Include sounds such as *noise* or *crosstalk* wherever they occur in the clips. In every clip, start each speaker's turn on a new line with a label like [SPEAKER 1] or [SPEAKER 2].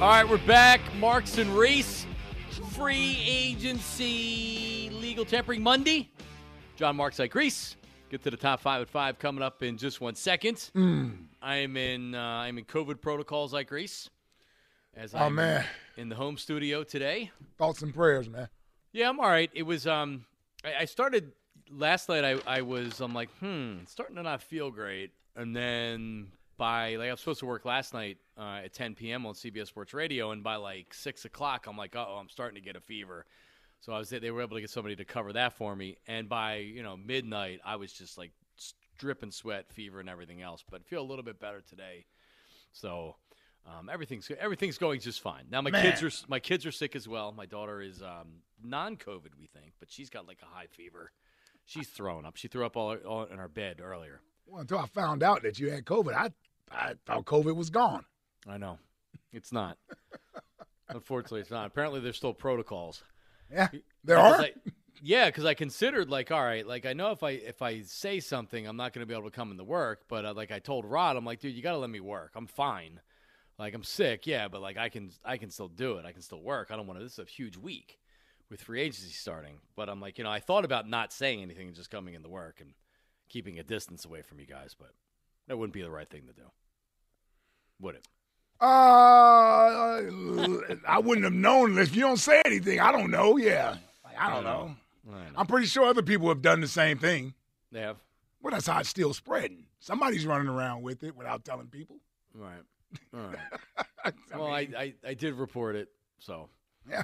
[SPEAKER 1] All right, we're back. Marks and Reese, free agency legal tampering Monday. John Marks like Reese. Get to the top five at five coming up in just one second.
[SPEAKER 2] Hmm.
[SPEAKER 1] I am in. Uh, I'm in COVID protocols like Reese. As
[SPEAKER 2] Oh
[SPEAKER 1] I'm
[SPEAKER 2] man,
[SPEAKER 1] in the home studio today.
[SPEAKER 2] thoughts and prayers, man.
[SPEAKER 1] Yeah, I'm all right. It was um, I, I started last night. I I was I'm like hmm, it's starting to not feel great. And then by like I was supposed to work last night uh, at 10 p.m. on CBS Sports Radio, and by like six o'clock, I'm like, oh, I'm starting to get a fever. So I was they were able to get somebody to cover that for me. And by you know midnight, I was just like s- dripping sweat, fever, and everything else. But feel a little bit better today. So um, everything's everything's going just fine. Now my kids are my kids are sick as well. My daughter is um, non-COVID, we think, but she's got like a high fever. She's throwing up. She threw up all, all in our bed earlier.
[SPEAKER 2] Well, until I found out that you had COVID, I I thought COVID was gone.
[SPEAKER 1] I know, it's not. Unfortunately, it's not. Apparently, there's still protocols.
[SPEAKER 2] Yeah, there
[SPEAKER 1] Because
[SPEAKER 2] are.
[SPEAKER 1] I- yeah, because I considered like, all right, like I know if I if I say something, I'm not going to be able to come into work. But uh, like I told Rod, I'm like, dude, you got to let me work. I'm fine. Like I'm sick, yeah, but like I can I can still do it. I can still work. I don't want to. This is a huge week with free agency starting. But I'm like, you know, I thought about not saying anything and just coming into work and keeping a distance away from you guys, but that wouldn't be the right thing to do, would it?
[SPEAKER 2] Uh, I wouldn't have known if you don't say anything. I don't know. Yeah, Like, I don't know.
[SPEAKER 1] I know.
[SPEAKER 2] I'm pretty sure other people have done the same thing.
[SPEAKER 1] They have
[SPEAKER 2] Well, that's how it's still spreading. Somebody's running around with it without telling people.
[SPEAKER 1] all right, all right.
[SPEAKER 2] *laughs* I
[SPEAKER 1] well, I,
[SPEAKER 2] mean,
[SPEAKER 1] I I did report it, so
[SPEAKER 2] Yeah.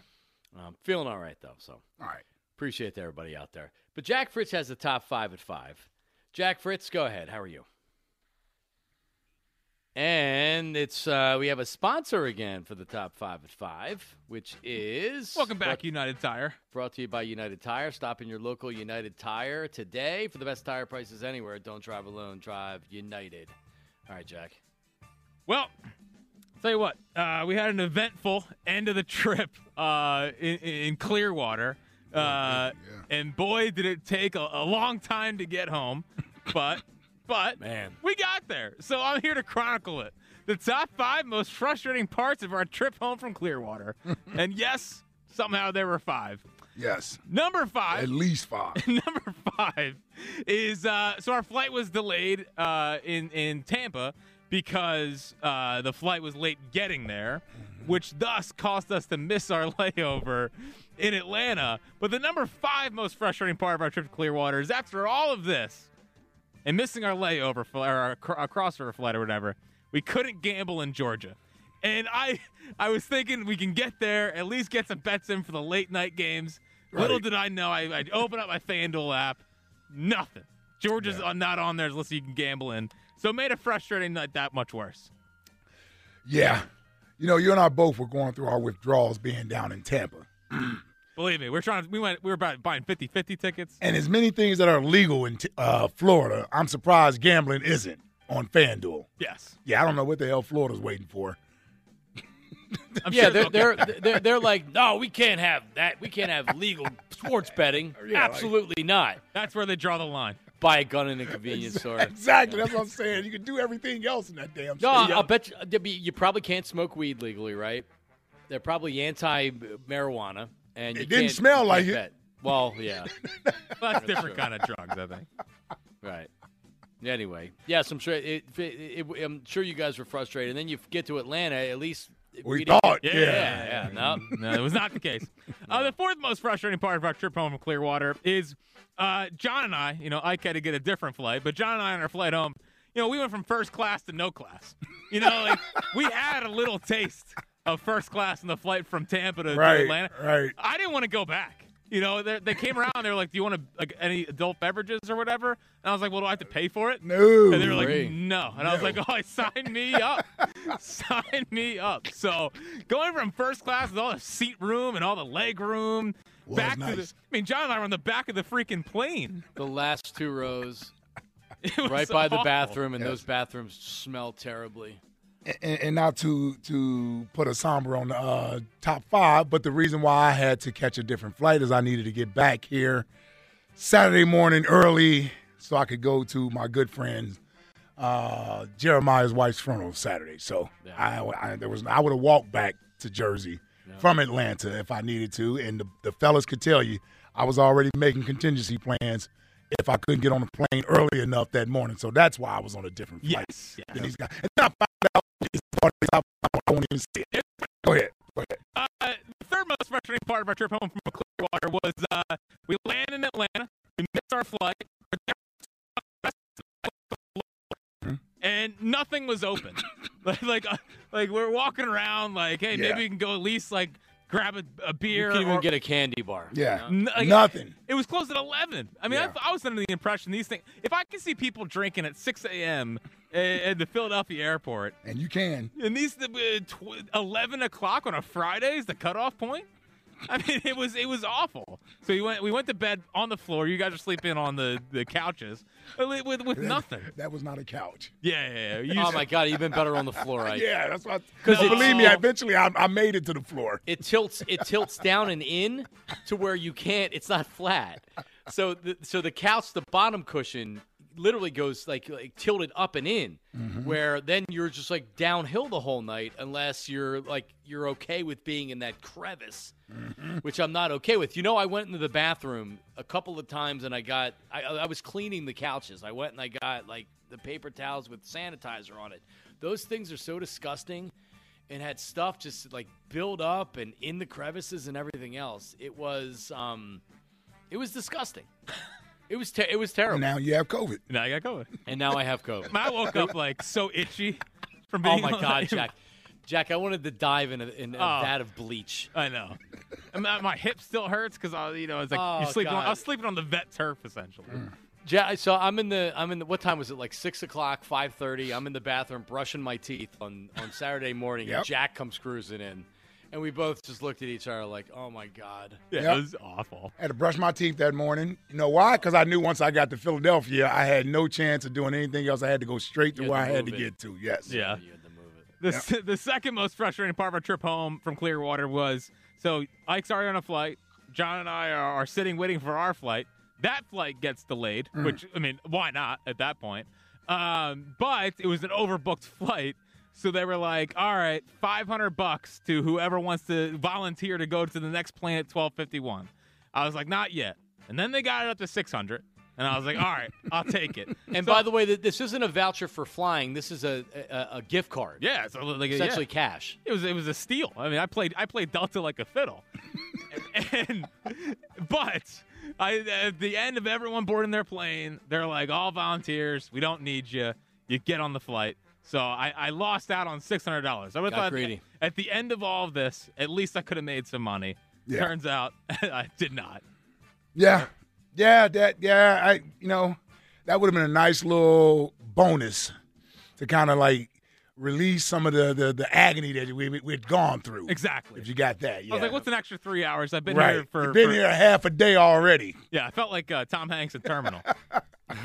[SPEAKER 1] I'm feeling all right though. So
[SPEAKER 2] all right.
[SPEAKER 1] appreciate to everybody out there. But Jack Fritz has the top five at five. Jack Fritz, go ahead. How are you? And it's uh, we have a sponsor again for the top five at five, which is
[SPEAKER 3] Welcome back, United Tire.
[SPEAKER 1] Brought to you by United Tire. Stop in your local United Tire today for the best tire prices anywhere. Don't drive alone. Drive United. All right, Jack.
[SPEAKER 3] Well, tell you what, uh, we had an eventful end of the trip uh, in, in Clearwater, uh, and boy, did it take a, a long time to get home, but but
[SPEAKER 1] Man.
[SPEAKER 3] we got there. So I'm here to chronicle it: the top five most frustrating parts of our trip home from Clearwater, and yes, somehow there were five.
[SPEAKER 2] Yes,
[SPEAKER 3] Number five.
[SPEAKER 2] at least five.
[SPEAKER 3] *laughs* number five is uh, so our flight was delayed uh, in in Tampa because uh, the flight was late getting there, which thus caused us to miss our *laughs* layover in Atlanta. But the number five most frustrating part of our trip to Clearwater is after all of this and missing our layover fl- or our, cr- our cross river flight or whatever, we couldn't gamble in Georgia. And I, I was thinking we can get there, at least get some bets in for the late night games. Little did I know, I, I'd open up my FanDuel app, nothing. Georgia's on not on there unless you can gamble in. So it made a frustrating night that much worse.
[SPEAKER 2] Yeah. You know, you and I both were going through our withdrawals being down in Tampa.
[SPEAKER 3] Believe me, we we're trying. to- We went. We were about buying 50-50 tickets.
[SPEAKER 2] And as many things that are legal in t- uh, Florida, I'm surprised gambling isn't on FanDuel.
[SPEAKER 3] Yes,
[SPEAKER 2] Yeah, I don't know what the hell Florida's waiting for. *laughs*
[SPEAKER 3] I'm
[SPEAKER 1] yeah,
[SPEAKER 3] sure-
[SPEAKER 1] they're,
[SPEAKER 3] okay.
[SPEAKER 1] they're they're they're like, no, we can't have that. We can't have legal
[SPEAKER 2] *laughs*
[SPEAKER 1] sports betting.
[SPEAKER 2] Yeah, like-
[SPEAKER 1] Absolutely not.
[SPEAKER 3] That's where they draw the line.
[SPEAKER 1] Buy a gun in a convenience store.
[SPEAKER 2] *laughs* Exactly. That's what I'm saying. You can do everything else in that damn
[SPEAKER 1] No,
[SPEAKER 2] state.
[SPEAKER 1] I'll bet you, I mean, you probably can't smoke weed legally, right? They're probably anti marijuana, and
[SPEAKER 2] It
[SPEAKER 1] you
[SPEAKER 2] didn't
[SPEAKER 1] can't-
[SPEAKER 2] smell
[SPEAKER 1] you
[SPEAKER 2] like
[SPEAKER 1] can't
[SPEAKER 2] it.
[SPEAKER 1] bet. Well, yeah,
[SPEAKER 3] Well, that's different kind of drugs, I think.
[SPEAKER 1] right. Anyway, yes, I'm sure. It, it, it- I'm sure you guys were frustrated. And then you get to Atlanta. At least
[SPEAKER 2] We
[SPEAKER 1] didn't-
[SPEAKER 2] thought,
[SPEAKER 1] Yeah,
[SPEAKER 2] yeah.
[SPEAKER 1] yeah, no.
[SPEAKER 2] *laughs*
[SPEAKER 3] No, it was not the case. Uh, the fourth most frustrating part of our trip home from Clearwater is uh, John and I. You know, Ike had to get a different flight, but John and I on our flight home, you know, we went from first class to no class. *laughs* You know, like we had a little taste of first class in the flight from Tampa to, to
[SPEAKER 2] Right,
[SPEAKER 3] Atlanta.
[SPEAKER 2] right.
[SPEAKER 3] I didn't want to go back. You know, they, they came around. They were like, "Do you want to, like any adult beverages or whatever?" And I was like, "Well, do I have to pay for it?"
[SPEAKER 2] No.
[SPEAKER 3] And they were like,
[SPEAKER 1] Great.
[SPEAKER 3] no. And I was like, oh, *laughs* sign me up. sign me up. So going from first class with all the seat room and all the leg room
[SPEAKER 2] Was
[SPEAKER 3] back to the, I
[SPEAKER 2] nice.
[SPEAKER 3] mean, John and I were on the back of the freaking plane. *laughs*
[SPEAKER 1] The last
[SPEAKER 2] *laughs*
[SPEAKER 1] two rows,
[SPEAKER 3] It was
[SPEAKER 1] right by the
[SPEAKER 3] awful.
[SPEAKER 1] bathroom, and those bathrooms smell terribly.
[SPEAKER 2] and, and not to to put a somber on the uh, top five, but the reason why I had to catch a different flight is I needed to get back here Saturday morning early so I could go to my good friend uh, Jeremiah's wife's funeral Saturday. So I, I there was I would have walked back to Jersey from Atlanta if I needed to, and the, the fellas could tell you I was already making contingency plans. If I couldn't get on the plane early enough that morning, so that's why I was on a different flight
[SPEAKER 3] Yes. Yeah.
[SPEAKER 2] than these guys. And then I found out these parties, I, I won't even see it. Go ahead. Go ahead.
[SPEAKER 3] Uh, the third most frustrating part of our trip home from Clearwater was uh, we landed in Atlanta. We missed our flight. We're there for the rest of the flight, And nothing was open. like, like, uh, like we're walking around. Like, hey,
[SPEAKER 2] Yeah.
[SPEAKER 3] maybe we can go at least like grab a, a beer.
[SPEAKER 1] You can't even
[SPEAKER 3] or-
[SPEAKER 1] get a candy bar.
[SPEAKER 2] Yeah.
[SPEAKER 3] N- like,
[SPEAKER 2] Nothing.
[SPEAKER 3] It was closed at eleven. I mean,
[SPEAKER 2] Yeah.
[SPEAKER 3] I, I was under the impression these things. If I can see people drinking at six a.m. a- at the Philadelphia airport,
[SPEAKER 2] And you can.
[SPEAKER 3] and these the uh, tw- eleven o'clock on a Friday is the cutoff point. I mean, it was it was awful. So we went we went to bed on the floor. You guys are sleeping on the, the couches with with, with nothing.
[SPEAKER 2] That was not a couch.
[SPEAKER 3] Yeah, yeah, yeah. You-
[SPEAKER 1] Oh my god, even better on the floor. Right?
[SPEAKER 2] Yeah, that's why.
[SPEAKER 1] 'Cause
[SPEAKER 2] Because
[SPEAKER 1] it's-
[SPEAKER 2] believe me, eventually I, I made it to the floor.
[SPEAKER 1] it tilts it tilts down and in to where you can't it's not flat so the, so the couch the bottom cushion literally goes like, like tilted up and in where then you're just like downhill the whole night unless you're like you're okay with being in that crevice which i'm not okay with you know i went into the bathroom a couple of times and i got i, I was cleaning the couches i went and i got like the paper towels with sanitizer on it those things are so disgusting and had stuff just like build up and in the crevices and everything else. It was um, it was disgusting. it was ter- it was terrible.
[SPEAKER 2] Now you have COVID.
[SPEAKER 3] now I got going.
[SPEAKER 1] and now I have
[SPEAKER 3] *laughs*
[SPEAKER 1] COVID.
[SPEAKER 3] I woke up like so itchy from
[SPEAKER 1] oh
[SPEAKER 3] being.
[SPEAKER 1] my god,
[SPEAKER 3] *laughs* like-
[SPEAKER 1] Jack! Jack, I wanted to dive into in,
[SPEAKER 3] Oh.
[SPEAKER 1] that of bleach.
[SPEAKER 3] I know. And my, my hip still hurts because I, you know, it's like
[SPEAKER 1] Oh,
[SPEAKER 3] you're sleeping. On,
[SPEAKER 1] God.
[SPEAKER 3] I was sleeping on the vet turf essentially.
[SPEAKER 1] Jack, so I'm in the I'm in the what time was it? Like six o'clock, five thirty. I'm in the bathroom brushing my teeth on on Saturday morning,
[SPEAKER 2] Yep.
[SPEAKER 1] and Jack comes cruising in, and we both just looked at each other like, oh my god.
[SPEAKER 3] Yeah,
[SPEAKER 2] Yep.
[SPEAKER 3] it was awful.
[SPEAKER 2] I had to brush my teeth that morning. You know why? Because I knew once I got to Philadelphia, I had no chance of doing anything else. I had to go straight to
[SPEAKER 1] You had
[SPEAKER 2] where I
[SPEAKER 1] to
[SPEAKER 2] had to
[SPEAKER 1] move it.
[SPEAKER 2] get to. Yes.
[SPEAKER 3] Yeah.
[SPEAKER 1] You had to move it.
[SPEAKER 3] The, s the second most frustrating part of our trip home from Clearwater was so Ike's already on a flight. John and I are, are sitting waiting for our flight. That flight gets delayed, which, I mean, why not at that point? Um, but it was an overbooked flight. So they were like, all right, 500 bucks to whoever wants to volunteer to go to the next plane at 1251. I was like, not yet. And then they got it up to 600. And I was like, all right, I'll take it.
[SPEAKER 1] And by the way, th- this isn't a voucher for flying. This is a a, a gift card.
[SPEAKER 3] yeah, so like, yeah.
[SPEAKER 1] essentially cash.
[SPEAKER 3] It was it was a steal. I mean, I played I played Delta like a fiddle, *laughs* and but I at the end of everyone boarding their plane, they're like all volunteers. We don't need you. You get on the flight. So I, I lost out on six hundred dollars. I would
[SPEAKER 1] Got
[SPEAKER 3] thought
[SPEAKER 1] greedy.
[SPEAKER 3] at the end of all of this, at least I could have made some money.
[SPEAKER 2] Yeah.
[SPEAKER 3] Turns out *laughs* I did not.
[SPEAKER 2] Yeah, yeah, that yeah. I you know that would have been a nice little bonus to kind of like release some of the the, the agony that we we- we'd gone through.
[SPEAKER 3] Exactly.
[SPEAKER 2] If you got that, yeah.
[SPEAKER 3] I was like, what's an extra three hours? I've been
[SPEAKER 2] right?
[SPEAKER 3] here for
[SPEAKER 2] You've been
[SPEAKER 3] for-
[SPEAKER 2] here a half a day already.
[SPEAKER 3] Yeah, I felt like uh, Tom Hanks in Terminal. *laughs*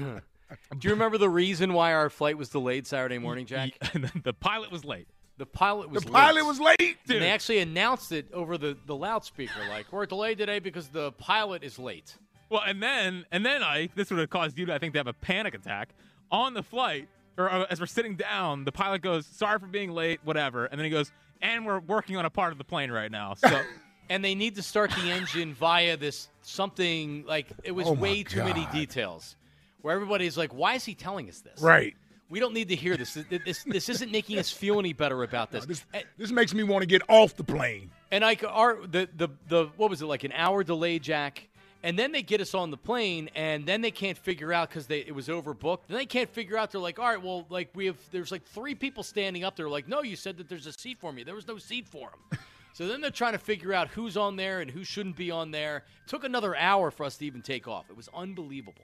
[SPEAKER 1] Do you remember the reason why our flight was delayed Saturday morning, Jack?
[SPEAKER 3] And then the pilot was late.
[SPEAKER 1] The pilot was
[SPEAKER 2] The pilot
[SPEAKER 1] late.
[SPEAKER 2] was late.
[SPEAKER 1] And they actually announced it over the, the loudspeaker, like we're delayed today because the pilot is late.
[SPEAKER 3] Well, and then and then I this would have caused you to I think to have a panic attack on the flight or uh, as we're sitting down, the pilot goes, "Sorry for being late, whatever," and then he goes, "And we're working on a part of the plane right now." So
[SPEAKER 1] and they need to start the engine via this something like it was
[SPEAKER 2] Oh, my
[SPEAKER 1] way too many
[SPEAKER 2] God.
[SPEAKER 1] details where everybody's like, why is he telling us this?
[SPEAKER 2] Right.
[SPEAKER 1] We don't need to hear this. This, this, this isn't making us feel any better about this.
[SPEAKER 2] This,
[SPEAKER 1] And-
[SPEAKER 2] this makes me want to get off the plane.
[SPEAKER 1] and I c- our the, the the what was it like an hour delay, Jack? And then they get us on the plane, and then they can't figure out because they it was overbooked. Then they can't figure out. They're like, all right, well, like we have there's like three people standing up. They're like, no, you said that there's a seat for me. There was no seat for him. so then they're trying to figure out who's on there and who shouldn't be on there. took another hour for us to even take off. It was unbelievable.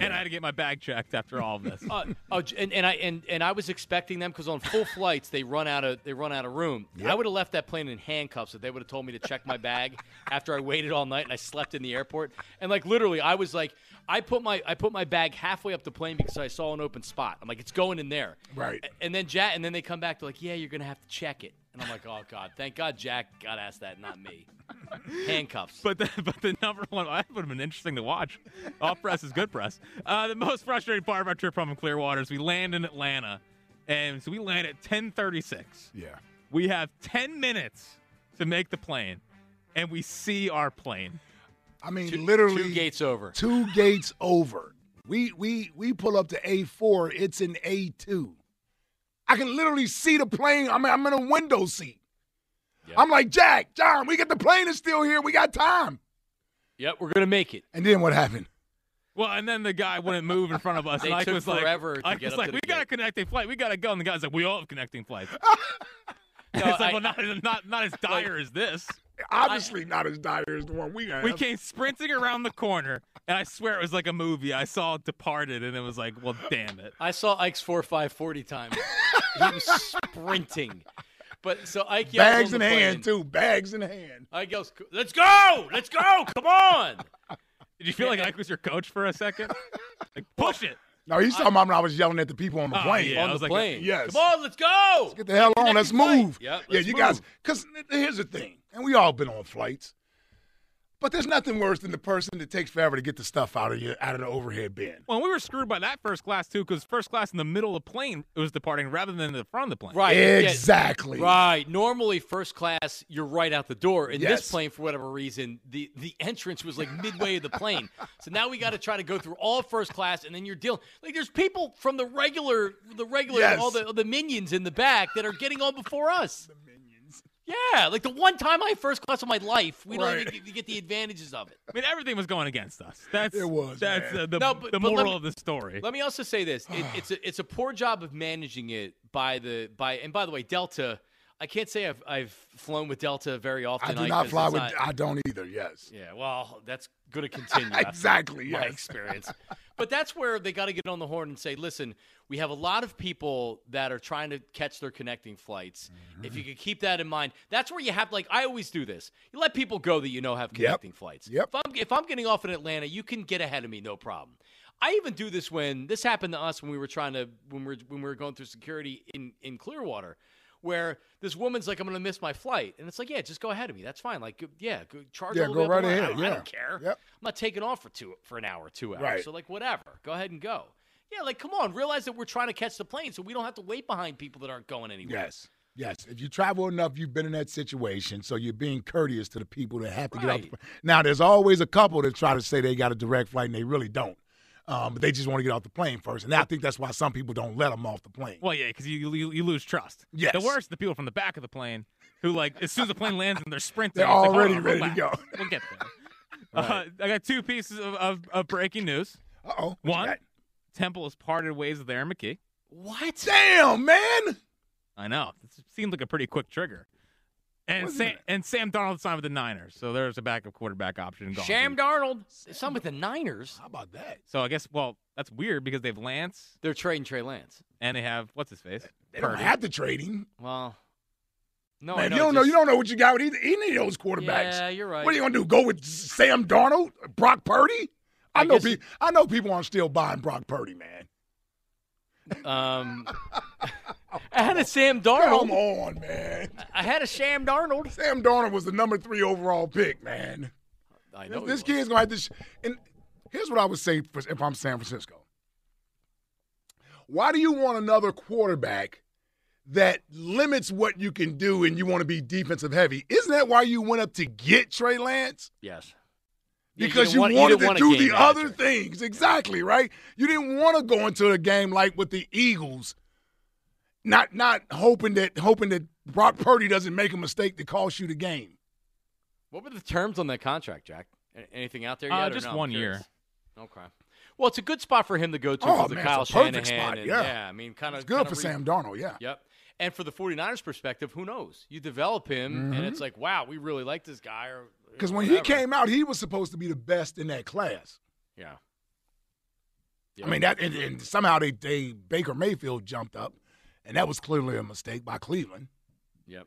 [SPEAKER 3] And I had to get my bag checked after all of this.
[SPEAKER 1] *laughs* Uh, oh, j- and, and I and, and I was expecting them because on full flights they run out of they run out of room. I would have left that plane in handcuffs if they would have told me to check my bag *laughs* after I waited all night and I slept in the airport. And like literally, I was like, I put my I put my bag halfway up the plane because I saw an open spot. I'm like, it's going in there,
[SPEAKER 2] Right.
[SPEAKER 1] A- And then Jack, and then they come back. They're like, yeah, you're gonna have to check it. And I'm like, oh god, thank God Jack got asked that, not
[SPEAKER 3] *laughs*
[SPEAKER 1] me. handcuffs.
[SPEAKER 3] But the, but the number one that would have been interesting to watch. Off press is good press. Uh, the most frustrating part of our trip home in Clearwater is we land in Atlanta, and so we land at 10:36.
[SPEAKER 2] Yeah.
[SPEAKER 3] We have 10 minutes to make the plane, and we see our plane.
[SPEAKER 2] I mean, literally
[SPEAKER 1] two gates over.
[SPEAKER 2] Two gates over. We we we pull up to A four. It's an A two. I can literally see the plane. I'm I'm in a window seat. I'm like Jack, John. We get the plane is still here. We got time.
[SPEAKER 1] Yep, we're gonna make it.
[SPEAKER 2] And then what happened?
[SPEAKER 3] Well, and then the guy wouldn't move in front of us.
[SPEAKER 1] They
[SPEAKER 3] and Ike
[SPEAKER 1] took
[SPEAKER 3] was
[SPEAKER 1] forever
[SPEAKER 3] like,
[SPEAKER 1] to
[SPEAKER 3] Ike
[SPEAKER 1] get
[SPEAKER 3] was
[SPEAKER 1] up
[SPEAKER 3] like,
[SPEAKER 1] to the
[SPEAKER 3] we got a
[SPEAKER 1] gate."
[SPEAKER 3] connecting flight. We got to go. And the guy's like, we all have connecting flights.
[SPEAKER 1] No,
[SPEAKER 3] *laughs* it's like,
[SPEAKER 1] I-
[SPEAKER 3] well, not,
[SPEAKER 1] *laughs*
[SPEAKER 3] not, not as dire as this.
[SPEAKER 2] Obviously, not as dire as the one we got.
[SPEAKER 3] We came sprinting around the corner, and I swear it was like a movie. I saw Departed, and it was like, well, damn it.
[SPEAKER 1] I saw Ike's four five forty times. he was sprinting. But so Ike
[SPEAKER 2] bags
[SPEAKER 1] yells on
[SPEAKER 2] in
[SPEAKER 1] the
[SPEAKER 2] hand
[SPEAKER 1] plane.
[SPEAKER 2] too. Bags in hand.
[SPEAKER 1] Ike yells, "Let's go! Let's go! Come on!"
[SPEAKER 3] Did you feel like Ike was your coach for a second?
[SPEAKER 1] *laughs*
[SPEAKER 3] Like, push it.
[SPEAKER 2] No, he's talking about when I was yelling at the people on the
[SPEAKER 3] Oh,
[SPEAKER 2] plane.
[SPEAKER 3] yeah.
[SPEAKER 1] on
[SPEAKER 3] I
[SPEAKER 1] the
[SPEAKER 3] was like,
[SPEAKER 1] plane.
[SPEAKER 2] yes.
[SPEAKER 1] Come on, let's go.
[SPEAKER 2] Get the hell on. Let's move.
[SPEAKER 1] Yep,
[SPEAKER 2] yeah,
[SPEAKER 1] let's
[SPEAKER 2] you guys.
[SPEAKER 1] move.
[SPEAKER 2] Because here's the thing, and we all been on flights, but there's nothing worse than the person that takes forever to get the stuff out of you out of the overhead bin.
[SPEAKER 3] Well, we were screwed by that first class, too, because first class in the middle of the plane it was departing rather than the front of the plane.
[SPEAKER 1] Right. yeah,
[SPEAKER 2] Exactly.
[SPEAKER 1] Right. Normally, first class, you're right out the door. In
[SPEAKER 2] Yes.
[SPEAKER 1] this plane, for whatever reason, the, the entrance was like midway of the plane. So now we got to try to go through all first class, and then you're dealing like there's people from the regular, the regular,
[SPEAKER 2] Yes.
[SPEAKER 1] all the the minions in the back that are getting on before us. The minions. Yeah, like the one time I first class in my life, we
[SPEAKER 2] Right.
[SPEAKER 1] don't even get, get the advantages of it.
[SPEAKER 3] I mean, everything was going against us. That's
[SPEAKER 2] It was,
[SPEAKER 3] That's
[SPEAKER 2] man.
[SPEAKER 3] uh, the,
[SPEAKER 1] No, but-
[SPEAKER 3] the
[SPEAKER 1] but let
[SPEAKER 3] moral
[SPEAKER 1] me-
[SPEAKER 3] of the story.
[SPEAKER 1] Let me also say this:
[SPEAKER 2] *sighs*
[SPEAKER 1] it, it's a it's a poor job of managing it by the by. And by the way, Delta. I can't say I've I've flown with Delta very often.
[SPEAKER 2] I do
[SPEAKER 1] Ike,
[SPEAKER 2] not
[SPEAKER 1] 'cause
[SPEAKER 2] fly
[SPEAKER 1] it's
[SPEAKER 2] with.
[SPEAKER 1] not-
[SPEAKER 2] I don't either. Yes.
[SPEAKER 1] Yeah, well, that's
[SPEAKER 2] *laughs*
[SPEAKER 1] going to continue. after
[SPEAKER 2] Exactly,
[SPEAKER 1] My
[SPEAKER 2] yes.
[SPEAKER 1] experience. but that's where they got to get on the horn and say, listen, we have a lot of people that are trying to catch their connecting flights. If
[SPEAKER 2] Mm-hmm.
[SPEAKER 1] you could keep that in mind, that's where you have, like, I always do this. You let people go that you know have connecting flights.
[SPEAKER 2] Yep.
[SPEAKER 1] If I'm, if I'm getting off in Atlanta, you can get ahead of me, no problem. I even do this when this happened to us when we were trying to when we were when we were going through security in in Clearwater where this woman's like, I'm going to miss my flight. And it's like, yeah, just go ahead of me. That's fine. Like, go- yeah, go, charge
[SPEAKER 2] Yeah,
[SPEAKER 1] all the
[SPEAKER 2] go
[SPEAKER 1] way up the
[SPEAKER 2] right ahead.
[SPEAKER 1] line. I don't, I
[SPEAKER 2] Yeah.
[SPEAKER 1] don't care.
[SPEAKER 2] Yep.
[SPEAKER 1] I'm not taking off for two for an hour, two hours.
[SPEAKER 2] Right.
[SPEAKER 1] So like, whatever. Go ahead and go. Yeah, like, come on. Realize that we're trying to catch the plane, so we don't have to wait behind people that aren't going anywhere.
[SPEAKER 2] Yes. Yes. If you travel enough, you've been in that situation, so you're being courteous to the people that have to get out. The,
[SPEAKER 1] Right.
[SPEAKER 2] now, there's always a couple that try to say they got a direct flight and they really don't, um, but they just want to get off the plane first, and I think that's why some people don't let them off the plane.
[SPEAKER 3] Well, yeah, because you, you you lose trust.
[SPEAKER 2] Yes.
[SPEAKER 3] The worst, the people from the back of the plane who like as soon as the plane lands and they're sprinting,
[SPEAKER 2] They're
[SPEAKER 3] it's like, "Hold
[SPEAKER 2] already
[SPEAKER 3] on,
[SPEAKER 2] ready to
[SPEAKER 3] relax.
[SPEAKER 2] go."
[SPEAKER 3] We'll get
[SPEAKER 2] *laughs*
[SPEAKER 3] there. Uh, I got two pieces of, of, of breaking news.
[SPEAKER 2] Uh oh.
[SPEAKER 3] One, Temple has parted ways with Aaron McKee.
[SPEAKER 1] What?
[SPEAKER 2] Damn, man.
[SPEAKER 3] I know. This seemed like a pretty quick trigger. And
[SPEAKER 2] Wasn't
[SPEAKER 3] Sam,
[SPEAKER 2] it?
[SPEAKER 3] and Sam Donald signed with the Niners, so there's a backup quarterback option. Gone.
[SPEAKER 1] Sham Darnold. Some with the Niners.
[SPEAKER 2] How about that?
[SPEAKER 3] So I guess well, that's weird because they have Lance
[SPEAKER 1] They're trading Trey Lance.
[SPEAKER 3] and they have what's his face.
[SPEAKER 2] They don't
[SPEAKER 3] Purdy.
[SPEAKER 2] have to trade him.
[SPEAKER 1] Well, no, I
[SPEAKER 2] Man,
[SPEAKER 1] know,
[SPEAKER 2] you don't
[SPEAKER 1] it
[SPEAKER 2] know.
[SPEAKER 1] just-
[SPEAKER 2] You don't know what you got with either, any of those quarterbacks.
[SPEAKER 1] Yeah, you're right.
[SPEAKER 2] What are you gonna do? Go with Sam Darnold, Brock Purdy? I,
[SPEAKER 1] I
[SPEAKER 2] know.
[SPEAKER 1] guess-
[SPEAKER 2] Pe- I know people aren't still buying Brock Purdy, man. *laughs*
[SPEAKER 1] Um, *laughs* I had a Sam
[SPEAKER 2] Come
[SPEAKER 1] Darnold.
[SPEAKER 2] on, man.
[SPEAKER 1] I had a Sham Darnold.
[SPEAKER 2] Sam Darnold was the number three overall pick, man.
[SPEAKER 1] I
[SPEAKER 2] This,
[SPEAKER 1] know
[SPEAKER 2] this
[SPEAKER 1] he was.
[SPEAKER 2] kid's gonna have to. Sh- and here's what I would say for, if I'm San Francisco. Why do you want another quarterback that limits what you can do and you want to be defensive heavy. Isn't that why you went up to get Trey Lance?
[SPEAKER 1] Yes. Yeah,
[SPEAKER 2] Because
[SPEAKER 1] didn't
[SPEAKER 2] you,
[SPEAKER 1] want-
[SPEAKER 2] wanted
[SPEAKER 1] didn't
[SPEAKER 2] to
[SPEAKER 1] want a
[SPEAKER 2] do
[SPEAKER 1] game
[SPEAKER 2] the
[SPEAKER 1] manager.
[SPEAKER 2] other things. Exactly, right? You didn't want to go into a game like with the Eagles, not not hoping that hoping that Brock Purdy doesn't make a mistake that costs you the game.
[SPEAKER 1] What were the terms on that contract, Jack? A- Anything out there
[SPEAKER 3] Uh,
[SPEAKER 1] yet? or
[SPEAKER 3] just
[SPEAKER 1] no?
[SPEAKER 3] one
[SPEAKER 1] I'm curious.
[SPEAKER 3] year.
[SPEAKER 1] Okay. Well, it's a good spot for him to go to
[SPEAKER 2] Oh,
[SPEAKER 1] for the
[SPEAKER 2] man, it's
[SPEAKER 1] Kyle
[SPEAKER 2] a perfect
[SPEAKER 1] Shanahan.
[SPEAKER 2] spot,
[SPEAKER 1] and-
[SPEAKER 2] yeah.
[SPEAKER 1] I mean, kind of
[SPEAKER 2] It's good for Sam Darnold, yeah.
[SPEAKER 1] Yep. And for the 49ers perspective, who knows? You develop him, and it's like, wow, we really like this guy. or
[SPEAKER 2] Because Mm-hmm. when he
[SPEAKER 1] whatever.
[SPEAKER 2] came out, he was supposed to be the best in that class.
[SPEAKER 1] yeah,
[SPEAKER 2] I mean that, and, and somehow they, they Baker Mayfield jumped up, and that was clearly a mistake by Cleveland.
[SPEAKER 1] yep,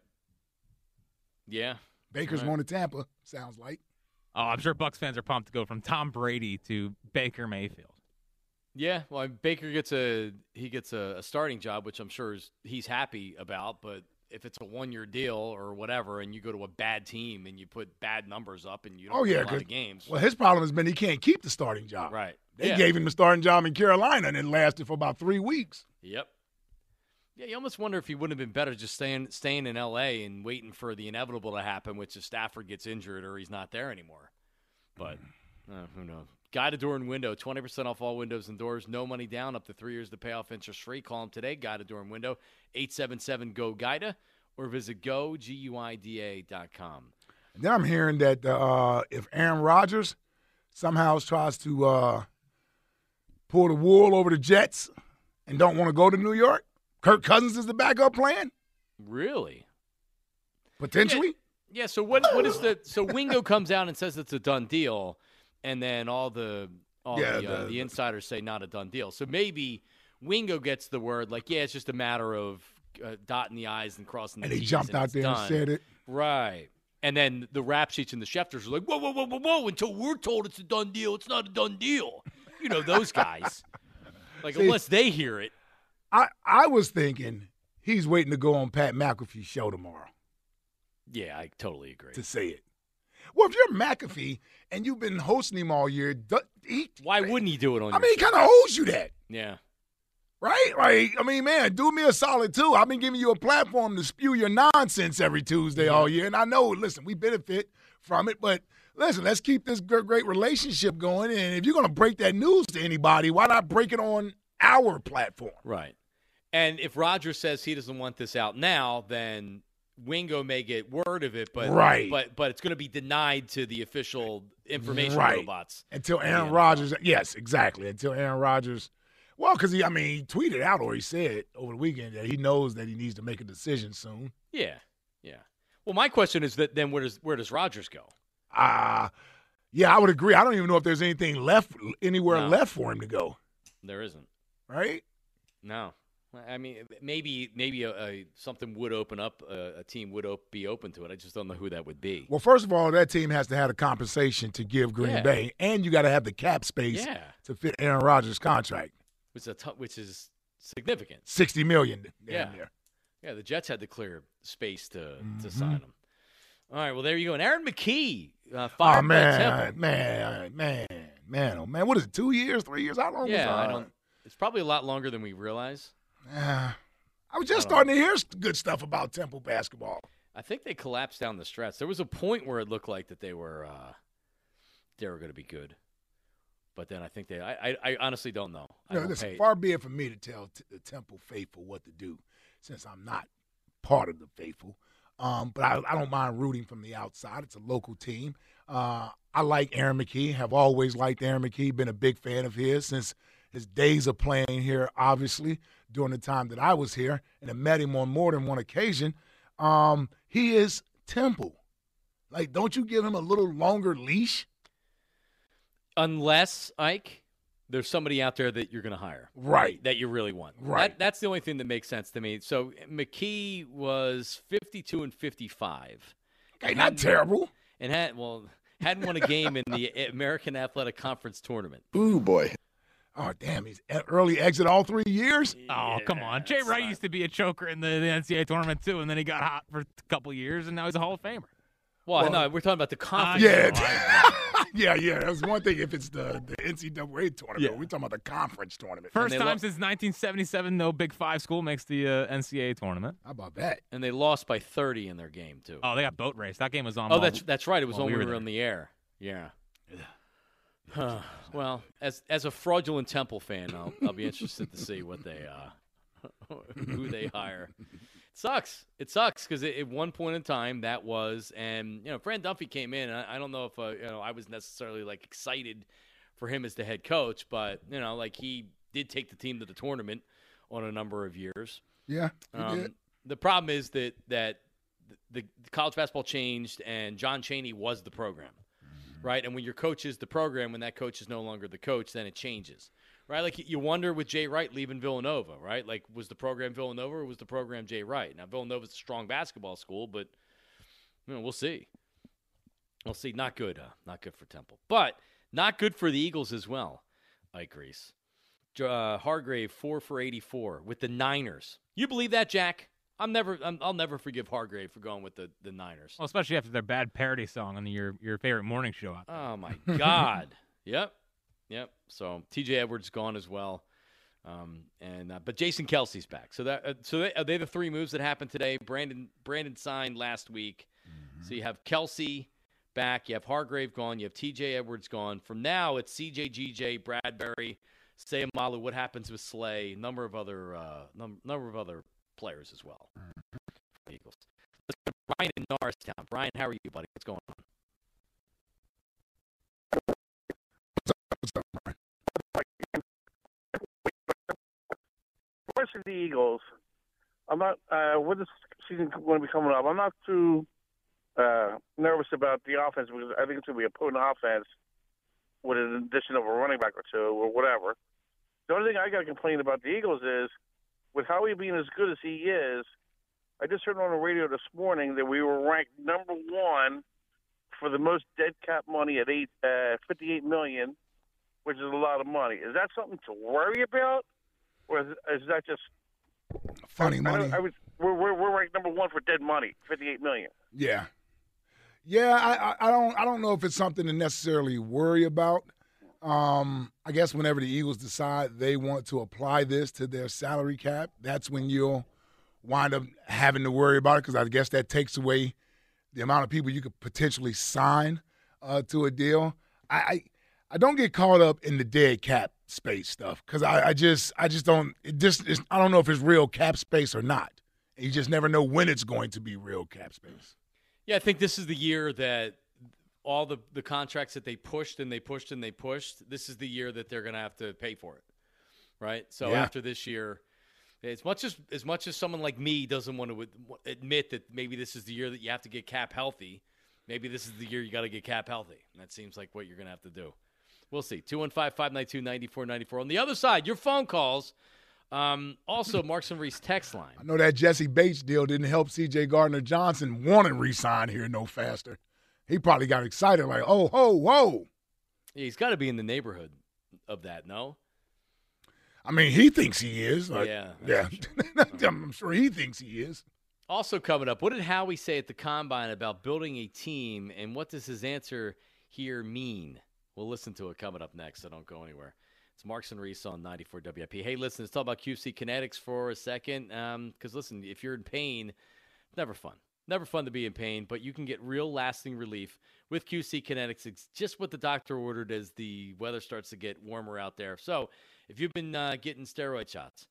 [SPEAKER 1] yeah.
[SPEAKER 2] Baker's going to Tampa. Sounds like
[SPEAKER 3] Oh, I'm sure Bucks fans are pumped to go from Tom Brady to Baker Mayfield.
[SPEAKER 1] Yeah, well, I mean, Baker gets a he gets a, a starting job, which I'm sure is he's happy about. But if it's a one year deal or whatever, and you go to a bad team and you put bad numbers up, and you don't
[SPEAKER 2] oh
[SPEAKER 1] win
[SPEAKER 2] yeah,
[SPEAKER 1] a lot
[SPEAKER 2] 'cause-
[SPEAKER 1] of games,
[SPEAKER 2] Well, his problem has been he can't keep the starting job.
[SPEAKER 1] right?
[SPEAKER 2] They
[SPEAKER 1] yeah.
[SPEAKER 2] gave him the starting job in Carolina, and it lasted for about three weeks.
[SPEAKER 1] Yep. Yeah, you almost wonder if he wouldn't have been better just staying staying in L.A. and waiting for the inevitable to happen, which is Stafford gets injured or he's not there anymore. But uh, who knows? Guided door and window, 20% off all windows and doors. No money down, up to three years to pay off interest free. Call them today, Guided Door and Window, 877-GO-GUIDA, or visit go, G-U-I-D-A dot com.
[SPEAKER 2] And then I'm hearing that uh, if Aaron Rodgers somehow tries to uh, pull the wool over the Jets and don't want to go to New York, Kirk Cousins is the backup plan
[SPEAKER 1] Really?
[SPEAKER 2] potentially.
[SPEAKER 1] Yeah. So what? What is the? So Wingo comes out and says it's a done deal, and then all the all
[SPEAKER 2] Yeah,
[SPEAKER 1] the, uh,
[SPEAKER 2] the-
[SPEAKER 1] the, insiders say not a done deal. So maybe Wingo gets the word like, yeah, it's just a matter of uh, dotting the i's and crossing the
[SPEAKER 2] And he
[SPEAKER 1] t's,
[SPEAKER 2] jumped out
[SPEAKER 1] it's
[SPEAKER 2] there
[SPEAKER 1] done.
[SPEAKER 2] and said it.
[SPEAKER 1] right. And then the rap sheets and the shefters are like, whoa, whoa, whoa, whoa, whoa! Until we're told it's a done deal, it's not a done deal. You know those guys.
[SPEAKER 2] *laughs*
[SPEAKER 1] like unless they hear it,
[SPEAKER 2] I, I was thinking he's waiting to go on Pat McAfee's show tomorrow
[SPEAKER 1] yeah, I totally agree.
[SPEAKER 2] to say it. Well, if you're McAfee and you've been hosting him all year, do- he,
[SPEAKER 1] Why wouldn't he do it on?
[SPEAKER 2] I
[SPEAKER 1] your
[SPEAKER 2] mean, he
[SPEAKER 1] show?
[SPEAKER 2] kind of owes you that,
[SPEAKER 1] yeah.
[SPEAKER 2] right? Like, I mean, man, do me a solid too. I've been giving you a platform to spew your nonsense every Tuesday all year, and I know. Listen, we benefit from it, but listen, let's keep this gr- great relationship going. And if you're gonna break that news to anybody, why not break it on our platform?
[SPEAKER 1] Right. And if Roger says he doesn't want this out now, then Wingo may get word of it, but
[SPEAKER 2] Right.
[SPEAKER 1] but but it's going to be denied to the official information
[SPEAKER 2] Right.
[SPEAKER 1] robots.
[SPEAKER 2] Until
[SPEAKER 1] Yeah,
[SPEAKER 2] Aaron
[SPEAKER 1] that's
[SPEAKER 2] Rodgers, yes, exactly. Until Aaron Rodgers, well, because he, I mean, he tweeted out or he said over the weekend that he knows that he needs to make a decision soon.
[SPEAKER 1] Yeah, yeah. Well, my question is that then where does where does Rogers go?
[SPEAKER 2] Uh yeah, I would agree. I don't even know if there's anything left anywhere
[SPEAKER 1] No.
[SPEAKER 2] left for him to go.
[SPEAKER 1] There isn't.
[SPEAKER 2] Right?
[SPEAKER 1] No. I mean, maybe maybe a, a, something would open up. A, a team would op- be open to it. I just don't know who that would be.
[SPEAKER 2] Well, first of all, that team has to have the compensation to give Green
[SPEAKER 1] Yeah.
[SPEAKER 2] Bay, and you got to have the cap space
[SPEAKER 1] Yeah.
[SPEAKER 2] to fit Aaron Rodgers' contract,
[SPEAKER 1] Which is a t- which is significant.
[SPEAKER 2] sixty million. damn
[SPEAKER 1] Yeah.
[SPEAKER 2] near.
[SPEAKER 1] Yeah, the Jets had to clear space to
[SPEAKER 2] Mm-hmm.
[SPEAKER 1] to sign him. All right, well there you go. And Aaron McKee, uh, fired
[SPEAKER 2] Oh
[SPEAKER 1] by
[SPEAKER 2] man,
[SPEAKER 1] Temple.
[SPEAKER 2] man, man, man, oh man! What is it? Two years? Three years? How long? was,
[SPEAKER 1] Yeah, I
[SPEAKER 2] uh,
[SPEAKER 1] don't. It's probably a lot longer than we realize.
[SPEAKER 2] Uh, *sighs* I was just starting to hear s- good stuff about Temple basketball.
[SPEAKER 1] I think they collapsed down the stretch. There was a point where it looked like that they were uh, they were going to be good, but then I think they. I I, I honestly don't know. I
[SPEAKER 2] You know,
[SPEAKER 1] don't
[SPEAKER 2] listen,
[SPEAKER 1] pay-
[SPEAKER 2] far be it from me to tell t- the Temple faithful what to do, since I'm not part of the faithful. Um, but I, I don't mind rooting from the outside. It's a local team. Uh, I like Aaron McKee. Have always liked Aaron McKee. Been a big fan of his since his days of playing here. Obviously, during the time that I was here, and I met him on more than one occasion. Um, he is Temple. Like, don't you give him a little longer leash?
[SPEAKER 1] unless Ike, there's somebody out there that you're going to hire.
[SPEAKER 2] Right.
[SPEAKER 1] that you really want.
[SPEAKER 2] Right.
[SPEAKER 1] That, that's the only thing that makes sense to me. So McKee was 52 and 55,
[SPEAKER 2] Okay, not
[SPEAKER 1] Mm.
[SPEAKER 2] terrible.
[SPEAKER 1] and had well hadn't won a game in the *laughs* American Athletic Conference tournament.
[SPEAKER 2] Oh damn, he's e- early exit all three years.
[SPEAKER 3] Oh, come on. Jay Wright used to be a choker in the, the NCAA tournament, too, and then he got hot for a couple years, and now he's a Hall of Famer.
[SPEAKER 1] Well, no, we're talking about the conference.
[SPEAKER 2] Yeah,
[SPEAKER 1] tournament.
[SPEAKER 2] *laughs* yeah, yeah. That's one thing if it's the, the NCAA tournament.
[SPEAKER 1] Yeah.
[SPEAKER 2] We're talking about the conference tournament.
[SPEAKER 3] First
[SPEAKER 1] they
[SPEAKER 3] time
[SPEAKER 1] lo-
[SPEAKER 3] since 1977, no Big Five school makes the uh, NCAA tournament.
[SPEAKER 2] How about that?
[SPEAKER 1] and they lost by 30 in their game too.
[SPEAKER 3] Oh, they got boat race. That game was on.
[SPEAKER 1] Oh,
[SPEAKER 3] while-
[SPEAKER 1] that's that's right. It was
[SPEAKER 3] while
[SPEAKER 1] when
[SPEAKER 3] we
[SPEAKER 1] we
[SPEAKER 3] were
[SPEAKER 1] were,
[SPEAKER 3] there.
[SPEAKER 1] on the air. Yeah. Huh. well, as as a fraudulent Temple fan, I'll, I'll be interested to see what they uh, *laughs* who they hire. It sucks. It sucks because at one point in time that was, and you know, Fran Duffy came in. And I, I don't know if uh, you know I was necessarily like excited for him as the head coach, but you know, like he did take the team to the tournament on a number of years.
[SPEAKER 2] Yeah. we
[SPEAKER 1] Um,
[SPEAKER 2] did.
[SPEAKER 1] the problem is that that the, the college basketball changed, and John Cheney was the program, right? And when your coach is the program, when that coach is no longer the coach, then it changes, right? Like you wonder with Jay Wright leaving Villanova, right? Like was the program Villanova or was the program Jay Wright? Now Villanova's a strong basketball school, but you know, we'll see. We'll see. Not good. Uh, not good for Temple, but not good for the Eagles as well. Ike Reese. J- uh, Hargrave four for eighty four with the Niners. You believe that, Jack? I'm never. I'm, I'll never forgive Hargrave for going with the the Niners.
[SPEAKER 3] Well, especially after their bad parody song on the, your your favorite morning show. Out there.
[SPEAKER 1] Oh my God. yep. Yep. So T.J. Edwards gone as well. Um, and uh, but Jason Kelsey's back. So that uh, so they, are they the three moves that happened today? Brandon Brandon signed last week. So you have Kelsey back. You have Hargrave gone. You have T.J. Edwards gone. From now it's C.J. G.J. Bradbury, Sayamalu. What happens with Slay? Number of other uh, num- number of other players as well. for the Eagles. Let's go to Brian in Norristown. Brian, how are you, buddy? What's going on?
[SPEAKER 4] course of the Eagles, I'm not. Uh, with this season going to be coming up, I'm not too uh, nervous about the offense because I think it's going to be a potent offense with an addition of a running back or two or whatever. The only thing I got to complain about the Eagles is with Howie being as good as he is. I just heard on the radio this morning that we were ranked number one for the most dead cap money at eight, uh, 58 million, which is a lot of money. Is that something to worry about? Or is, is that just
[SPEAKER 2] Funny
[SPEAKER 4] I,
[SPEAKER 2] money.
[SPEAKER 4] don't- I was, we're, we're, we're ranked number one for dead money, fifty-eight million.
[SPEAKER 2] Yeah, yeah. I, I, I don't I don't know if it's something to necessarily worry about. Um, I guess whenever the Eagles decide they want to apply this to their salary cap, that's when you'll wind up having to worry about it because I guess that takes away the amount of people you could potentially sign uh, to a deal. I, I I don't get caught up in the dead cap space stuff because I, I just I just don't it just it's, I don't know if it's real cap space or not. You just never know when it's going to be real cap space.
[SPEAKER 1] Yeah, I think this is the year that all the, the contracts that they pushed and they pushed and they pushed, this is the year that they're going to have to pay for it. Right? So
[SPEAKER 2] Yeah.
[SPEAKER 1] after this year, as much as as much as someone like me doesn't want to admit that maybe this is the year that you have to get cap healthy, maybe this is the year you got to get cap healthy. And that seems like what you're going to have to do. We'll see. 215 592 9494. On the other side, your phone calls. Um, also, *laughs* Marks and Reese text line.
[SPEAKER 2] I know that Jesse Bates deal didn't help C.J. Gardner Johnson want to resign here no faster. He probably got excited like, oh, ho, whoa.
[SPEAKER 1] Yeah, he's got to be in the neighborhood of that, no?
[SPEAKER 2] I mean, he thinks he is. Like,
[SPEAKER 1] Yeah,
[SPEAKER 2] yeah. *laughs* I'm sure he thinks he is.
[SPEAKER 1] Also coming up, what did Howie say at the combine about building a team, and what does his answer here mean? We'll listen to it coming up next, so don't go anywhere. It's Marks and Reese on 94 WIP. Hey, listen, let's talk about QC Kinetics for a second, because listen, if you're in pain, never fun. Never fun to be in pain, but you can get real lasting relief with QC Kinetics. It's just what the doctor ordered as the weather starts to get warmer out there. So if you've been uh, getting steroid shots,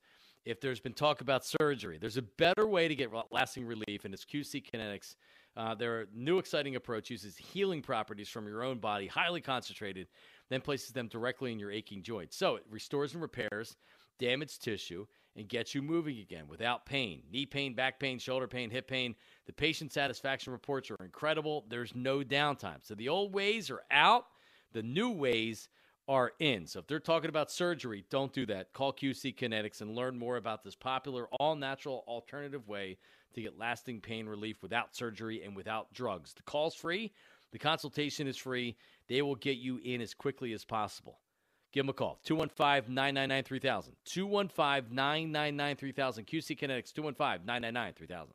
[SPEAKER 1] if there's been talk about surgery, there's a better way to get re- lasting relief, and it's QC Kinetics. Uh, their new exciting approach uses healing properties from your own body, highly concentrated, then places them directly in your aching joints. So it restores and repairs damaged tissue and gets you moving again without pain knee pain, back pain, shoulder pain, hip pain. The patient satisfaction reports are incredible. There's no downtime. So the old ways are out, the new ways are in. So if they're talking about surgery, don't do that. Call QC Kinetics and learn more about this popular, all natural alternative way to get lasting pain relief without surgery and without drugs. The call's free, the consultation is free. They will get you in as quickly as possible. Give them a call 215 999 3000. 215 999 3000. QC Kinetics 215 999 3000.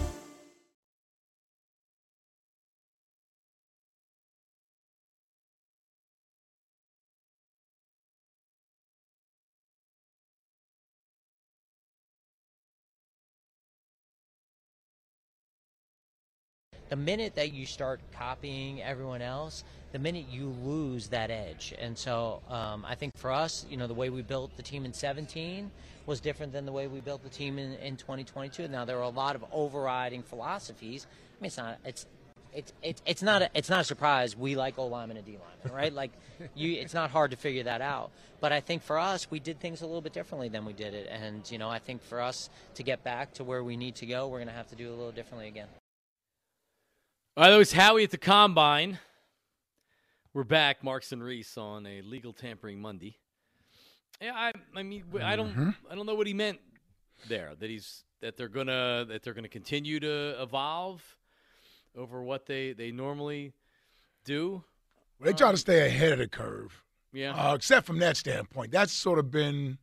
[SPEAKER 5] the minute that you start copying everyone else, the minute you lose that edge. And so um, I think for us, you know, the way we built the team in 17 was different than the way we built the team in, in 2022. Now there are a lot of overriding philosophies. I mean, it's not it's it's it's, it's not a, it's not a surprise we like O lineman and D lineman, right? like you, it's not hard to figure that out. But I think for us, we did things a little bit differently than we did it. And you know, I think for us to get back to where we need to go, we're going to have to do a little differently again.
[SPEAKER 1] All right, that was Howie at the Combine. We're back, Marks and Reese on a legal tampering Monday. Yeah, I, I mean, w- I don't, I don't know what he meant there. That he's that they're gonna that they're gonna continue to evolve over what they they normally do.
[SPEAKER 2] They try to stay ahead of the curve.
[SPEAKER 1] Yeah,
[SPEAKER 2] Uh, except from that standpoint, that's sort of been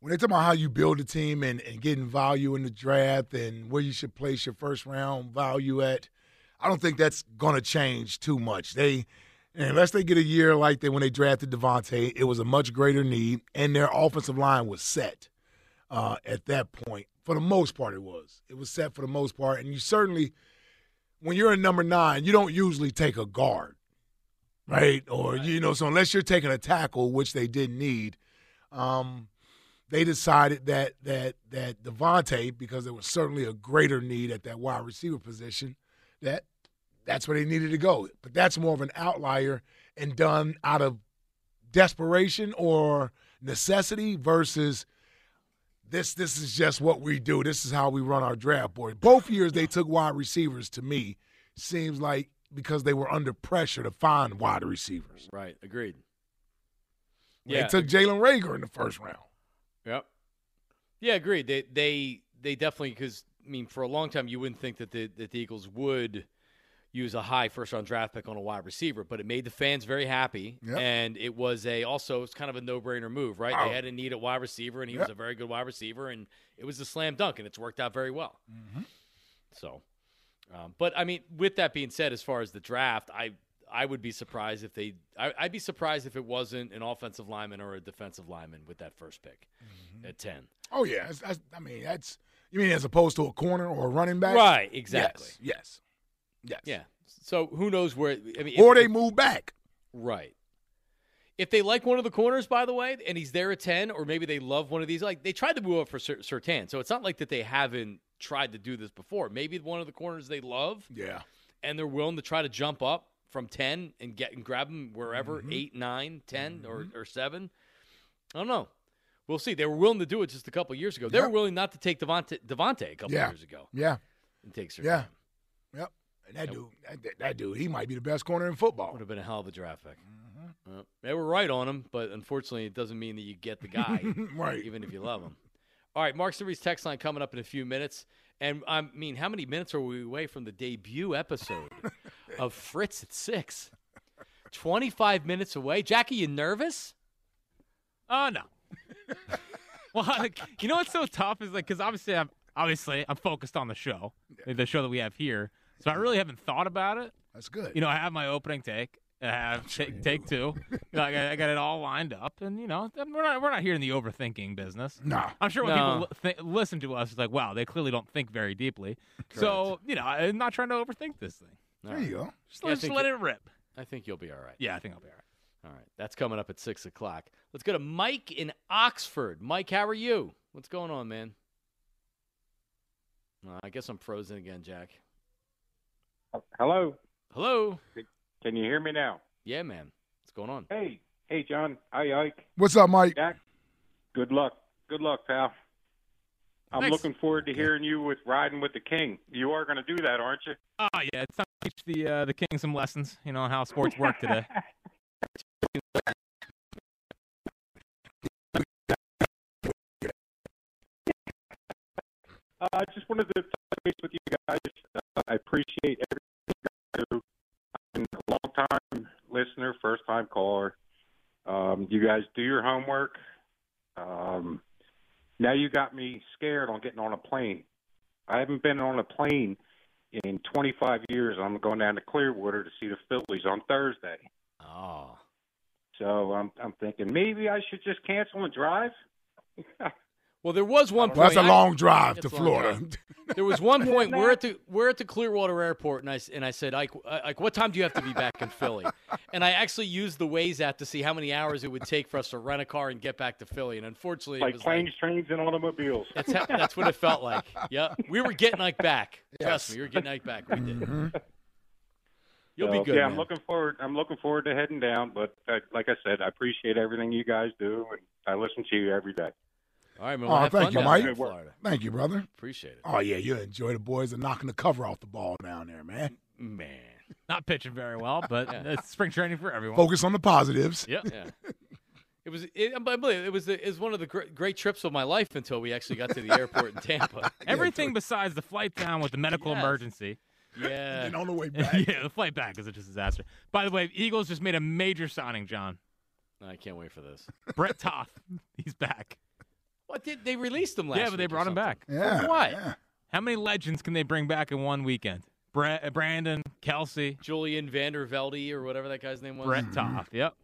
[SPEAKER 2] when they talk about how you build a team and, and getting value in the draft and where you should place your first round value at. I don't think that's going to change too much. They unless they get a year like they when they drafted Devontae, it was a much greater need, and their offensive line was set uh, at that point. For the most part, it was it was set for the most part, and you certainly when you're a number nine, you don't usually take a guard right? Or you know, so unless you're taking a tackle, which they didn't need, um, they decided that that that Devontae, because there was certainly a greater need at that wide receiver position, that that's where they needed to go. But that's more of an outlier and done out of desperation or necessity versus this this is just what we do. This is how we run our draft board. Both years they took wide receivers to me seems like because they were under pressure to find wide receivers.
[SPEAKER 1] right, agreed.
[SPEAKER 2] They took Jalen Rager in the first round.
[SPEAKER 1] Yep. Yeah, agreed. They they they definitely because I mean for a long time you wouldn't think that the that the Eagles would use a high first round draft pick on a wide receiver, but it made the fans very happy,
[SPEAKER 2] Yep.
[SPEAKER 1] and it was a also it's kind of a no brainer move, right? They had a need at wide receiver, and he was
[SPEAKER 2] Yep.
[SPEAKER 1] a very good wide receiver, and it was a slam dunk, and it's worked out very well.
[SPEAKER 2] Mm-hmm.
[SPEAKER 1] So, um, but I mean, with that being said, as far as the draft, I I would be surprised if they I, I'd be surprised if it wasn't an offensive lineman or a defensive lineman with that first pick at ten.
[SPEAKER 2] Oh yeah, that's, that's, I mean that's you mean as opposed to a corner or a running back,
[SPEAKER 1] Right, exactly.
[SPEAKER 2] Yes, yes, yes.
[SPEAKER 1] Yeah. So who knows where? I mean, if-
[SPEAKER 2] Or they
[SPEAKER 1] if-
[SPEAKER 2] move back.
[SPEAKER 1] right. If they like one of the corners, by the way, and he's there at ten, or maybe they love one of these. Like they tried to move up for Ser- Sertan, so it's not like that they haven't tried to do this before. Maybe one of the corners they love,
[SPEAKER 2] Yeah,
[SPEAKER 1] and they're willing to try to jump up from ten and get and grab him wherever
[SPEAKER 2] Mm-hmm.
[SPEAKER 1] eight, nine, 10, or or seven. I don't know. We'll see. They were willing to do it just a couple years ago. They were
[SPEAKER 2] Yep.
[SPEAKER 1] willing not to take Devonte Devontae a couple
[SPEAKER 2] Yeah.
[SPEAKER 1] years ago
[SPEAKER 2] yeah,
[SPEAKER 1] and take Sertan.
[SPEAKER 2] yeah, yep. And that dude, that, that, that dude, he might be the best corner in football.
[SPEAKER 1] Would have been a hell of a draft pick. Uh, they were right on him, but unfortunately, it doesn't mean that you get the guy,
[SPEAKER 2] Right.
[SPEAKER 1] Even if you love him. All right, Mark Series text line coming up in a few minutes, and I mean, how many minutes are we away from the debut episode of Fritz at six? Twenty-five minutes away. Jackie, you nervous?
[SPEAKER 3] Oh no. well, *laughs* like, you know what's so tough is like because obviously I'm obviously I'm focused on the show, the show that we have here. So I really haven't thought about it.
[SPEAKER 2] That's good.
[SPEAKER 3] You know, I have my opening take, I have take, take two. *laughs* You know, I, got, I got it all lined up, and you know we're not we're not here in the overthinking business.
[SPEAKER 2] No.
[SPEAKER 3] I'm sure when
[SPEAKER 1] No.
[SPEAKER 3] people li- thi- listen to us, it's like, wow, they clearly don't think very deeply. So you know, I'm not trying to overthink this thing.
[SPEAKER 2] There you go.
[SPEAKER 3] Just, let- just let it rip.
[SPEAKER 1] I think you'll be all right.
[SPEAKER 3] Yeah, I think I'll be all right.
[SPEAKER 1] All right. That's coming up at six o'clock. Let's go to Mike in Oxford. Mike, how are you? What's going on, man? Uh, I guess I'm frozen again, Jack.
[SPEAKER 6] Uh, Hello.
[SPEAKER 1] Hello.
[SPEAKER 6] Can you hear me now?
[SPEAKER 1] Yeah, man. What's going on?
[SPEAKER 6] Hey, hey, John. Hi, Ike.
[SPEAKER 2] What's up, Mike?
[SPEAKER 6] Jack. Good luck. Good luck, pal. I'm
[SPEAKER 3] Thanks.
[SPEAKER 6] looking forward to hearing you with riding with the king. You are going to do that, aren't you?
[SPEAKER 3] Oh yeah, it's time to teach the uh, the king some lessons. You know on how sports work today.
[SPEAKER 6] Uh, I just wanted to touch base with you guys. Uh, I appreciate everything you do. I'm a long time listener, first time caller. Um, you guys do your homework. Um, now you got me scared on getting on a plane. I haven't been on a plane in 25 years. I'm going down to Clearwater to see the Phillies on Thursday.
[SPEAKER 1] *laughs* Oh.
[SPEAKER 6] So I'm I'm thinking maybe I should just cancel and drive.
[SPEAKER 1] Well, there was one
[SPEAKER 2] Well, that's
[SPEAKER 1] point-
[SPEAKER 2] a long drive
[SPEAKER 1] That's
[SPEAKER 2] to
[SPEAKER 1] a long
[SPEAKER 2] Florida.
[SPEAKER 1] drive. There was *laughs* one point we're at the we're at the Clearwater Airport, and I s- and I said, Ike, uh, Ike, what time do you have to be back in *laughs* Philly? And I actually used the Waze app to see how many hours it would take for us to rent a car and get back to Philly. And unfortunately, it
[SPEAKER 6] like
[SPEAKER 1] was
[SPEAKER 6] planes, trains, and automobiles.
[SPEAKER 1] That's how, that's what it
[SPEAKER 6] *laughs*
[SPEAKER 1] felt like. Yep, we were getting Ike back. *laughs* Trust me, we were getting Ike back. We did. You'll be
[SPEAKER 6] So,
[SPEAKER 1] good.
[SPEAKER 6] Yeah, I'm
[SPEAKER 1] man.
[SPEAKER 6] looking forward. I'm looking forward to heading down. But uh, like I said, I appreciate everything you guys do, and I listen to you every day.
[SPEAKER 1] All right,
[SPEAKER 2] *laughs*
[SPEAKER 1] man.
[SPEAKER 2] Oh,
[SPEAKER 1] Well, have
[SPEAKER 2] thank
[SPEAKER 1] fun
[SPEAKER 2] you,
[SPEAKER 1] down
[SPEAKER 2] Mike.
[SPEAKER 1] there in Florida.
[SPEAKER 2] Thank you, brother.
[SPEAKER 1] Appreciate it.
[SPEAKER 2] Oh yeah, you enjoy the boys are knocking the cover off the ball down there, man.
[SPEAKER 1] Man,
[SPEAKER 3] not pitching
[SPEAKER 1] *laughs*
[SPEAKER 3] very well, but it's spring training for everyone.
[SPEAKER 2] Focus on the positives.
[SPEAKER 1] Yeah. yeah. *laughs* It was it, I believe it was it was one of the gr- great trips of my life until we actually got to the airport
[SPEAKER 3] *laughs*
[SPEAKER 1] in Tampa.
[SPEAKER 3] Everything besides the flight down with the medical
[SPEAKER 1] Yes.
[SPEAKER 3] emergency. *laughs*
[SPEAKER 2] *laughs*
[SPEAKER 1] Yeah.
[SPEAKER 2] And on the
[SPEAKER 1] *laughs*
[SPEAKER 2] way back.
[SPEAKER 3] yeah, the flight back is just a disaster. By the way, Eagles just made a major signing, John.
[SPEAKER 1] I can't wait for this. *laughs*
[SPEAKER 3] Brett Toth, he's back.
[SPEAKER 1] What did they released him last?
[SPEAKER 3] yeah, but they
[SPEAKER 1] week or
[SPEAKER 3] brought
[SPEAKER 1] something.
[SPEAKER 3] him back.
[SPEAKER 2] Yeah.
[SPEAKER 1] For what?
[SPEAKER 3] How many legends can they bring back in one weekend? Brett, Brandon, Kelsey,
[SPEAKER 1] Julian Vandervelde or whatever that guy's name was.
[SPEAKER 3] Brett Toth. Yep.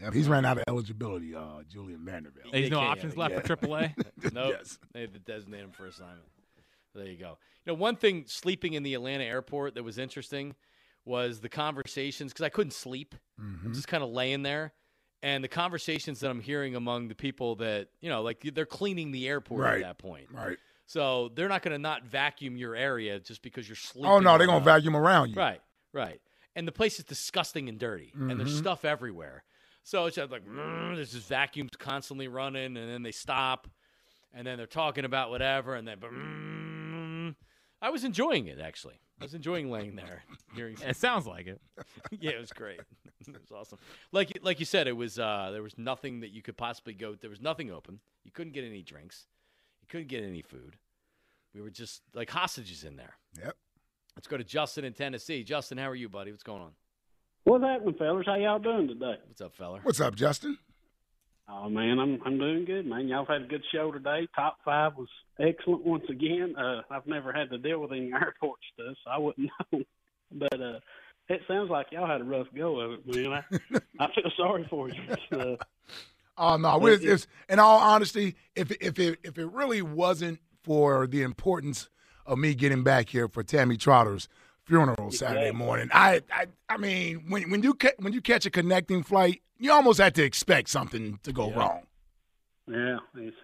[SPEAKER 2] Yep, he's ran out of eligibility, uh, Julian Vanderbilt.
[SPEAKER 3] There's
[SPEAKER 1] They
[SPEAKER 3] no
[SPEAKER 1] can't-
[SPEAKER 3] options left
[SPEAKER 2] yeah.
[SPEAKER 1] *laughs*
[SPEAKER 3] for AAA.
[SPEAKER 1] *laughs* Nope.
[SPEAKER 2] Yes.
[SPEAKER 1] They had to designate him for assignment. There you go. You know, one thing sleeping in the Atlanta airport that was interesting was the conversations because I couldn't sleep.
[SPEAKER 2] Mm-hmm.
[SPEAKER 1] I'm just kind of laying there. And the conversations that I'm hearing among the people that, you know, like they're cleaning the airport
[SPEAKER 2] Right.
[SPEAKER 1] at that point.
[SPEAKER 2] Right.
[SPEAKER 1] So they're not going to not vacuum your area just because you're sleeping.
[SPEAKER 2] Oh no, they're gonna
[SPEAKER 1] around.
[SPEAKER 2] vacuum around you.
[SPEAKER 1] Right, right. And the place is disgusting and dirty, and there's
[SPEAKER 2] Mhm.
[SPEAKER 1] stuff everywhere. So it's just like "Mm," there's just vacuums constantly running, and then they stop, and then they're talking about whatever, and then. "Mm." I was enjoying it actually. I was enjoying laying there, hearing.
[SPEAKER 3] It sounds like it.
[SPEAKER 1] *laughs* yeah, it was great. it was awesome. Like you- like you said, it was uh, there was nothing that you could possibly go. There was nothing open. You couldn't get any drinks. You couldn't get any food. We were just like hostages in there.
[SPEAKER 2] Yep.
[SPEAKER 1] Let's go to Justin in Tennessee. Justin, how are you, buddy? What's going on?
[SPEAKER 7] What's happening, fellas? How y'all doing today?
[SPEAKER 1] What's up, feller?
[SPEAKER 2] What's up, Justin?
[SPEAKER 7] Oh man, I'm I'm doing good, man. Y'all had a good show today. Top five was excellent once again. Uh, I've never had to deal with any *laughs* airport stuff, so I wouldn't *laughs* know. But uh, it sounds like y'all had a rough go of it, man. I, I feel sorry for you. *laughs* Uh,
[SPEAKER 2] Oh no,
[SPEAKER 7] But
[SPEAKER 2] we-
[SPEAKER 7] it-
[SPEAKER 2] it's, in all honesty, if if it if it really wasn't for the importance of me getting back here for Tammy Trotter's funeral Saturday morning, I, I I mean when when you ca- when you catch a connecting flight, you almost have to expect something to go wrong.
[SPEAKER 7] yeah. It's,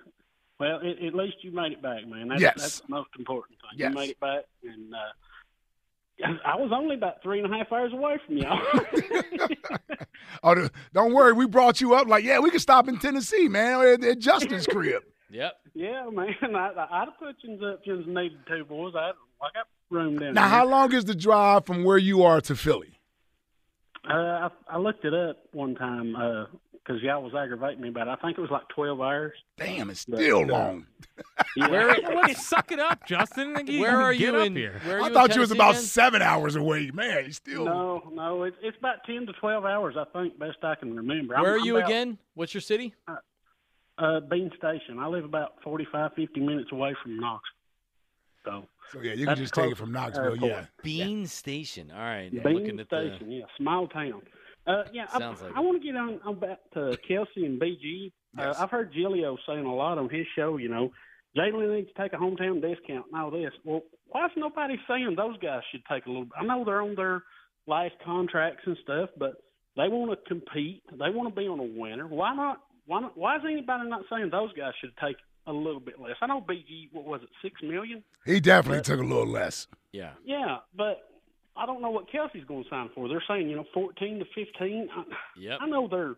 [SPEAKER 7] well, it, at least you made it back, man. That's,
[SPEAKER 2] Yes.
[SPEAKER 7] that's the most important thing.
[SPEAKER 2] Yes.
[SPEAKER 7] You made it back, and uh, I was only about three and a half hours away from y'all.
[SPEAKER 2] *laughs*
[SPEAKER 7] *laughs*
[SPEAKER 2] Oh, th- don't worry, we brought you up. Like yeah, we could stop in Tennessee, man, at, at
[SPEAKER 1] *laughs*
[SPEAKER 2] Justin's crib.
[SPEAKER 1] Yep.
[SPEAKER 7] yeah, man. I, I, I'd have put you up if you needed to, boys. I, I got room down
[SPEAKER 2] Now,
[SPEAKER 7] here.
[SPEAKER 2] how long is the drive from where you are to Philly?
[SPEAKER 7] Uh, I, I looked it up one time because y'all was aggravating me about it. I think it was like 12 hours.
[SPEAKER 2] Damn, it's
[SPEAKER 7] But,
[SPEAKER 2] still
[SPEAKER 7] uh,
[SPEAKER 2] long.
[SPEAKER 7] yeah.
[SPEAKER 1] Where,
[SPEAKER 3] Well, let's suck it up, Justin.
[SPEAKER 1] *laughs*
[SPEAKER 3] Like,
[SPEAKER 1] where are
[SPEAKER 3] get
[SPEAKER 1] you
[SPEAKER 3] up
[SPEAKER 1] in?
[SPEAKER 3] here?
[SPEAKER 1] Where are
[SPEAKER 2] I
[SPEAKER 1] in
[SPEAKER 2] thought you was
[SPEAKER 1] Tennessee
[SPEAKER 2] about
[SPEAKER 1] again?
[SPEAKER 2] seven hours away, man. You still
[SPEAKER 7] No, no, it, it's about 10 to 12 hours, I think, best I can remember. I'm-
[SPEAKER 1] Where are
[SPEAKER 7] I'm
[SPEAKER 1] you
[SPEAKER 7] about,
[SPEAKER 1] again? What's your city?
[SPEAKER 7] Uh, Bean Station. I live about 45, 50 minutes away from Knoxville. So,
[SPEAKER 2] So yeah, you can
[SPEAKER 7] That's
[SPEAKER 2] just take it
[SPEAKER 7] close
[SPEAKER 2] from Knoxville.
[SPEAKER 7] airport.
[SPEAKER 2] Yeah.
[SPEAKER 1] Bean Station. All right. I'm
[SPEAKER 7] Bean
[SPEAKER 1] looking at the-
[SPEAKER 7] Station, yeah, small town. Uh, yeah, I,
[SPEAKER 1] Sounds like
[SPEAKER 7] I
[SPEAKER 1] it.
[SPEAKER 7] want to get on, on back to Kelsey and BG. Uh, I've heard Gilio saying a lot on his show, you know, Jalen needs to take a hometown discount and all this. Well, why is nobody saying those guys should take a little I know they're on their last contracts and stuff, but they want to compete. They want to be on a winner. Why not? Why not? Why is anybody not saying those guys should take a little bit less? I know BG, what was it, six million?
[SPEAKER 2] He definitely took a little less.
[SPEAKER 1] Yeah.
[SPEAKER 7] Yeah, but I don't know what Kelsey's going to sign for. They're saying you know fourteen to fifteen. I,
[SPEAKER 1] Yep.
[SPEAKER 7] I know they're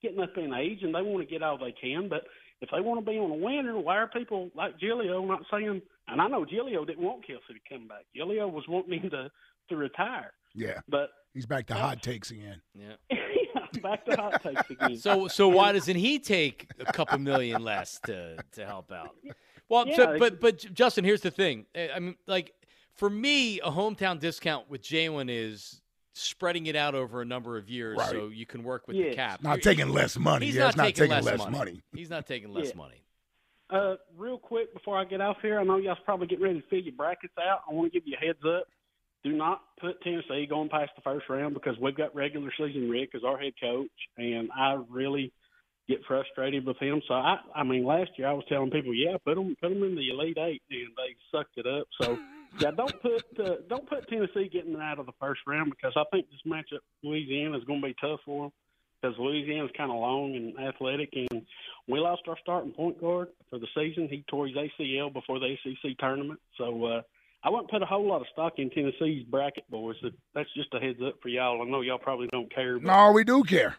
[SPEAKER 7] getting up in age and they want to get all they can, but if they want to be on a winner, why are people like Gilio not saying? And I know Gilio didn't want Kelsey to come back. Gilio was wanting him to to retire,
[SPEAKER 2] Yeah.
[SPEAKER 7] but *laughs*
[SPEAKER 2] He's back to hot takes again.
[SPEAKER 1] Yeah.
[SPEAKER 7] back to hot takes again.
[SPEAKER 1] So so why doesn't he take a couple million less to to help out? Well,
[SPEAKER 7] Yeah,
[SPEAKER 1] so,
[SPEAKER 7] it-
[SPEAKER 1] but but Justin, here's the thing. I I mean, like for me, a hometown discount with Jalen is spreading it out over a number of years,
[SPEAKER 2] Right.
[SPEAKER 1] so you can work with
[SPEAKER 7] Yes.
[SPEAKER 1] the cap.
[SPEAKER 2] Not taking less money.
[SPEAKER 1] He's
[SPEAKER 2] Yeah,
[SPEAKER 1] not,
[SPEAKER 2] it's not
[SPEAKER 1] taking,
[SPEAKER 2] taking
[SPEAKER 1] less,
[SPEAKER 2] less money.
[SPEAKER 1] He's not taking less
[SPEAKER 7] Yeah.
[SPEAKER 1] money.
[SPEAKER 7] Uh, real quick before I get off here, I know y'all's probably getting ready to fill your brackets out. I want to give you a heads up. Do not put Tennessee going past the first round because we've got regular season Rick as our head coach, and I really get frustrated with him. So I, I mean, last year I was telling people, yeah, put them, put them in the elite eight, and they sucked it up. So yeah, don't put uh, don't put Tennessee getting out of the first round because I think this matchup Louisiana is going to be tough for them because Louisiana's kind of long and athletic, and we lost our starting point guard for the season. He tore his ACL before the ACC tournament, so uh, I wouldn't put a whole lot of stock in Tennessee's bracket, boys. That- That's just a heads up for y'all. I know y'all probably don't care. But *laughs*
[SPEAKER 2] No, we do care.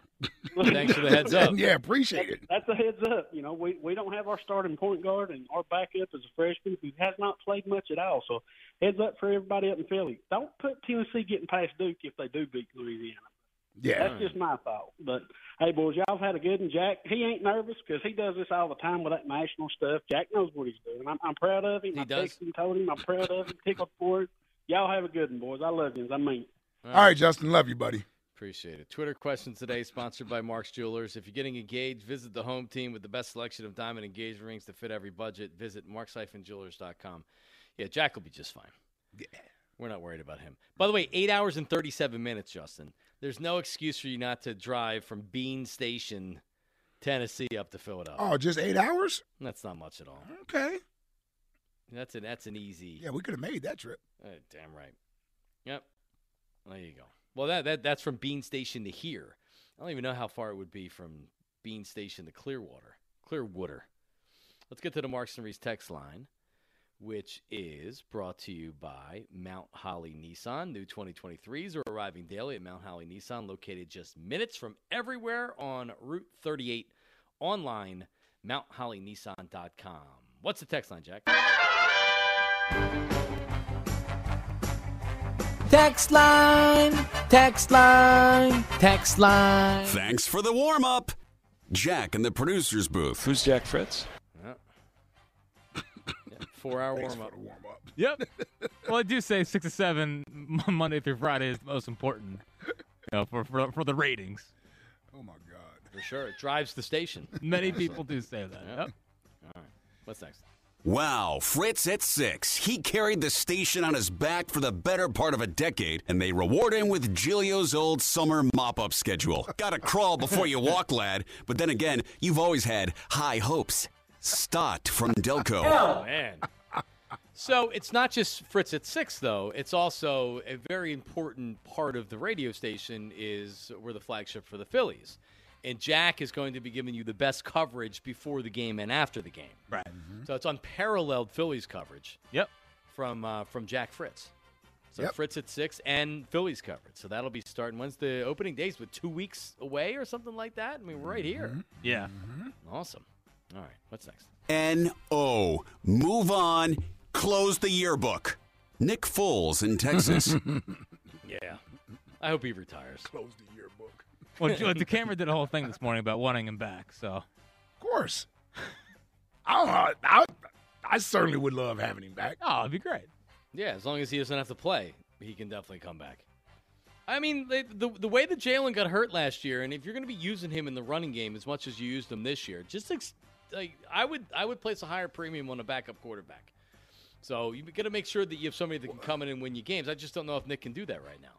[SPEAKER 1] Thanks for
[SPEAKER 2] *laughs*
[SPEAKER 1] the heads up.
[SPEAKER 2] yeah, appreciate it.
[SPEAKER 7] That's a heads up. You know, we we don't have our starting point guard, and our backup is a freshman who has not played much at all. So heads up for everybody up in Philly. Don't put Tennessee getting past Duke if they do beat Louisiana.
[SPEAKER 2] Yeah.
[SPEAKER 7] That's just my thought. But hey, boys, y'all have had a good one. Jack, he ain't nervous because he does this all the time with that national stuff. Jack knows what he's doing. I'm, I'm proud of him.
[SPEAKER 1] He
[SPEAKER 7] I
[SPEAKER 1] does.
[SPEAKER 7] texted him, told him I'm proud of him. Tickled for it. Y'all have a good one, boys. I love you. I mean,
[SPEAKER 2] All right, Justin. Love you, buddy.
[SPEAKER 1] Appreciate it. Twitter question today, sponsored by Mark's Jewelers. If you're getting engaged, visit the home team with the best selection of diamond engagement rings to fit every budget. Visit marks-jewelers.com. Yeah, Jack will be just fine. We're not worried about him. By the way, eight hours and 37 minutes, Justin. There's no excuse for you not to drive from Bean Station, Tennessee, up to Philadelphia.
[SPEAKER 2] Oh, just eight hours?
[SPEAKER 1] That's not much at all.
[SPEAKER 2] Okay.
[SPEAKER 1] That's an, that's an easy.
[SPEAKER 2] Yeah, we could have made that trip.
[SPEAKER 1] Uh, damn right. Yep. There you go. Well, that, that that's from Bean Station to here. I don't even know how far it would be from Bean Station to Clearwater, Clearwater. Let's get to the Marks and Reese text line, which is brought to you by Mount Holly Nissan. New 2023s are arriving daily at Mount Holly Nissan, located just minutes from everywhere on Route 38, online, mounthollynissan.com. What's the text line, Jack?
[SPEAKER 8] Text line, text line, text line.
[SPEAKER 5] Thanks for the warm up. Jack in the producer's booth. Who's Jack Fritz?
[SPEAKER 1] Four hour
[SPEAKER 2] Thanks
[SPEAKER 1] warm up.
[SPEAKER 3] Yep. well, I do say six to seven *laughs* Mon- Monday through Friday is the most important you know, for, for for the ratings.
[SPEAKER 2] Oh, my God.
[SPEAKER 1] For sure. It drives the station.
[SPEAKER 3] Many people do say that.
[SPEAKER 1] Yep. All right. What's next?
[SPEAKER 5] Wow, Fritz at six. He carried the station on his back for the better part of a decade, and they reward him with Gilio's old summer mop up schedule. Gotta crawl before you walk, lad. But then again, you've always had high hopes. Stott from Delco.
[SPEAKER 1] Oh, man. So it's not just Fritz at six, though. It's also a very important part of the radio station is we're the flagship for the Phillies, and Jack is going to be giving you the best coverage before the game and after the game.
[SPEAKER 3] Right. Mm-hmm.
[SPEAKER 1] So it's unparalleled Phillies coverage.
[SPEAKER 3] Yep.
[SPEAKER 1] From uh, from Jack Fritz. So
[SPEAKER 3] Yep.
[SPEAKER 1] Fritz at six and Phillies coverage. So that'll be starting. When's the opening days? With two weeks away or something like that. I mean, we're right here.
[SPEAKER 3] Mm-hmm.
[SPEAKER 1] Mm-hmm.
[SPEAKER 3] Yeah.
[SPEAKER 1] Awesome. All right. What's next?
[SPEAKER 5] N O. Move on. Close the yearbook. Nick Foles in Texas.
[SPEAKER 1] Yeah. I hope he retires.
[SPEAKER 2] Close the yearbook.
[SPEAKER 3] Well, Ju- the camera did a whole thing this morning about wanting him back. So
[SPEAKER 2] Of course. *laughs* I, I, I certainly would love having him back.
[SPEAKER 3] Oh, it'd be great.
[SPEAKER 1] Yeah, as long as he doesn't have to play, he can definitely come back. I mean, the the, the way that Jalen got hurt last year, and if you're going to be using him in the running game as much as you used him this year, just ex- like I would, I would place a higher premium on a backup quarterback. So you got to make sure that you have somebody that can come in and win you games. I just don't know if Nick can do that right now.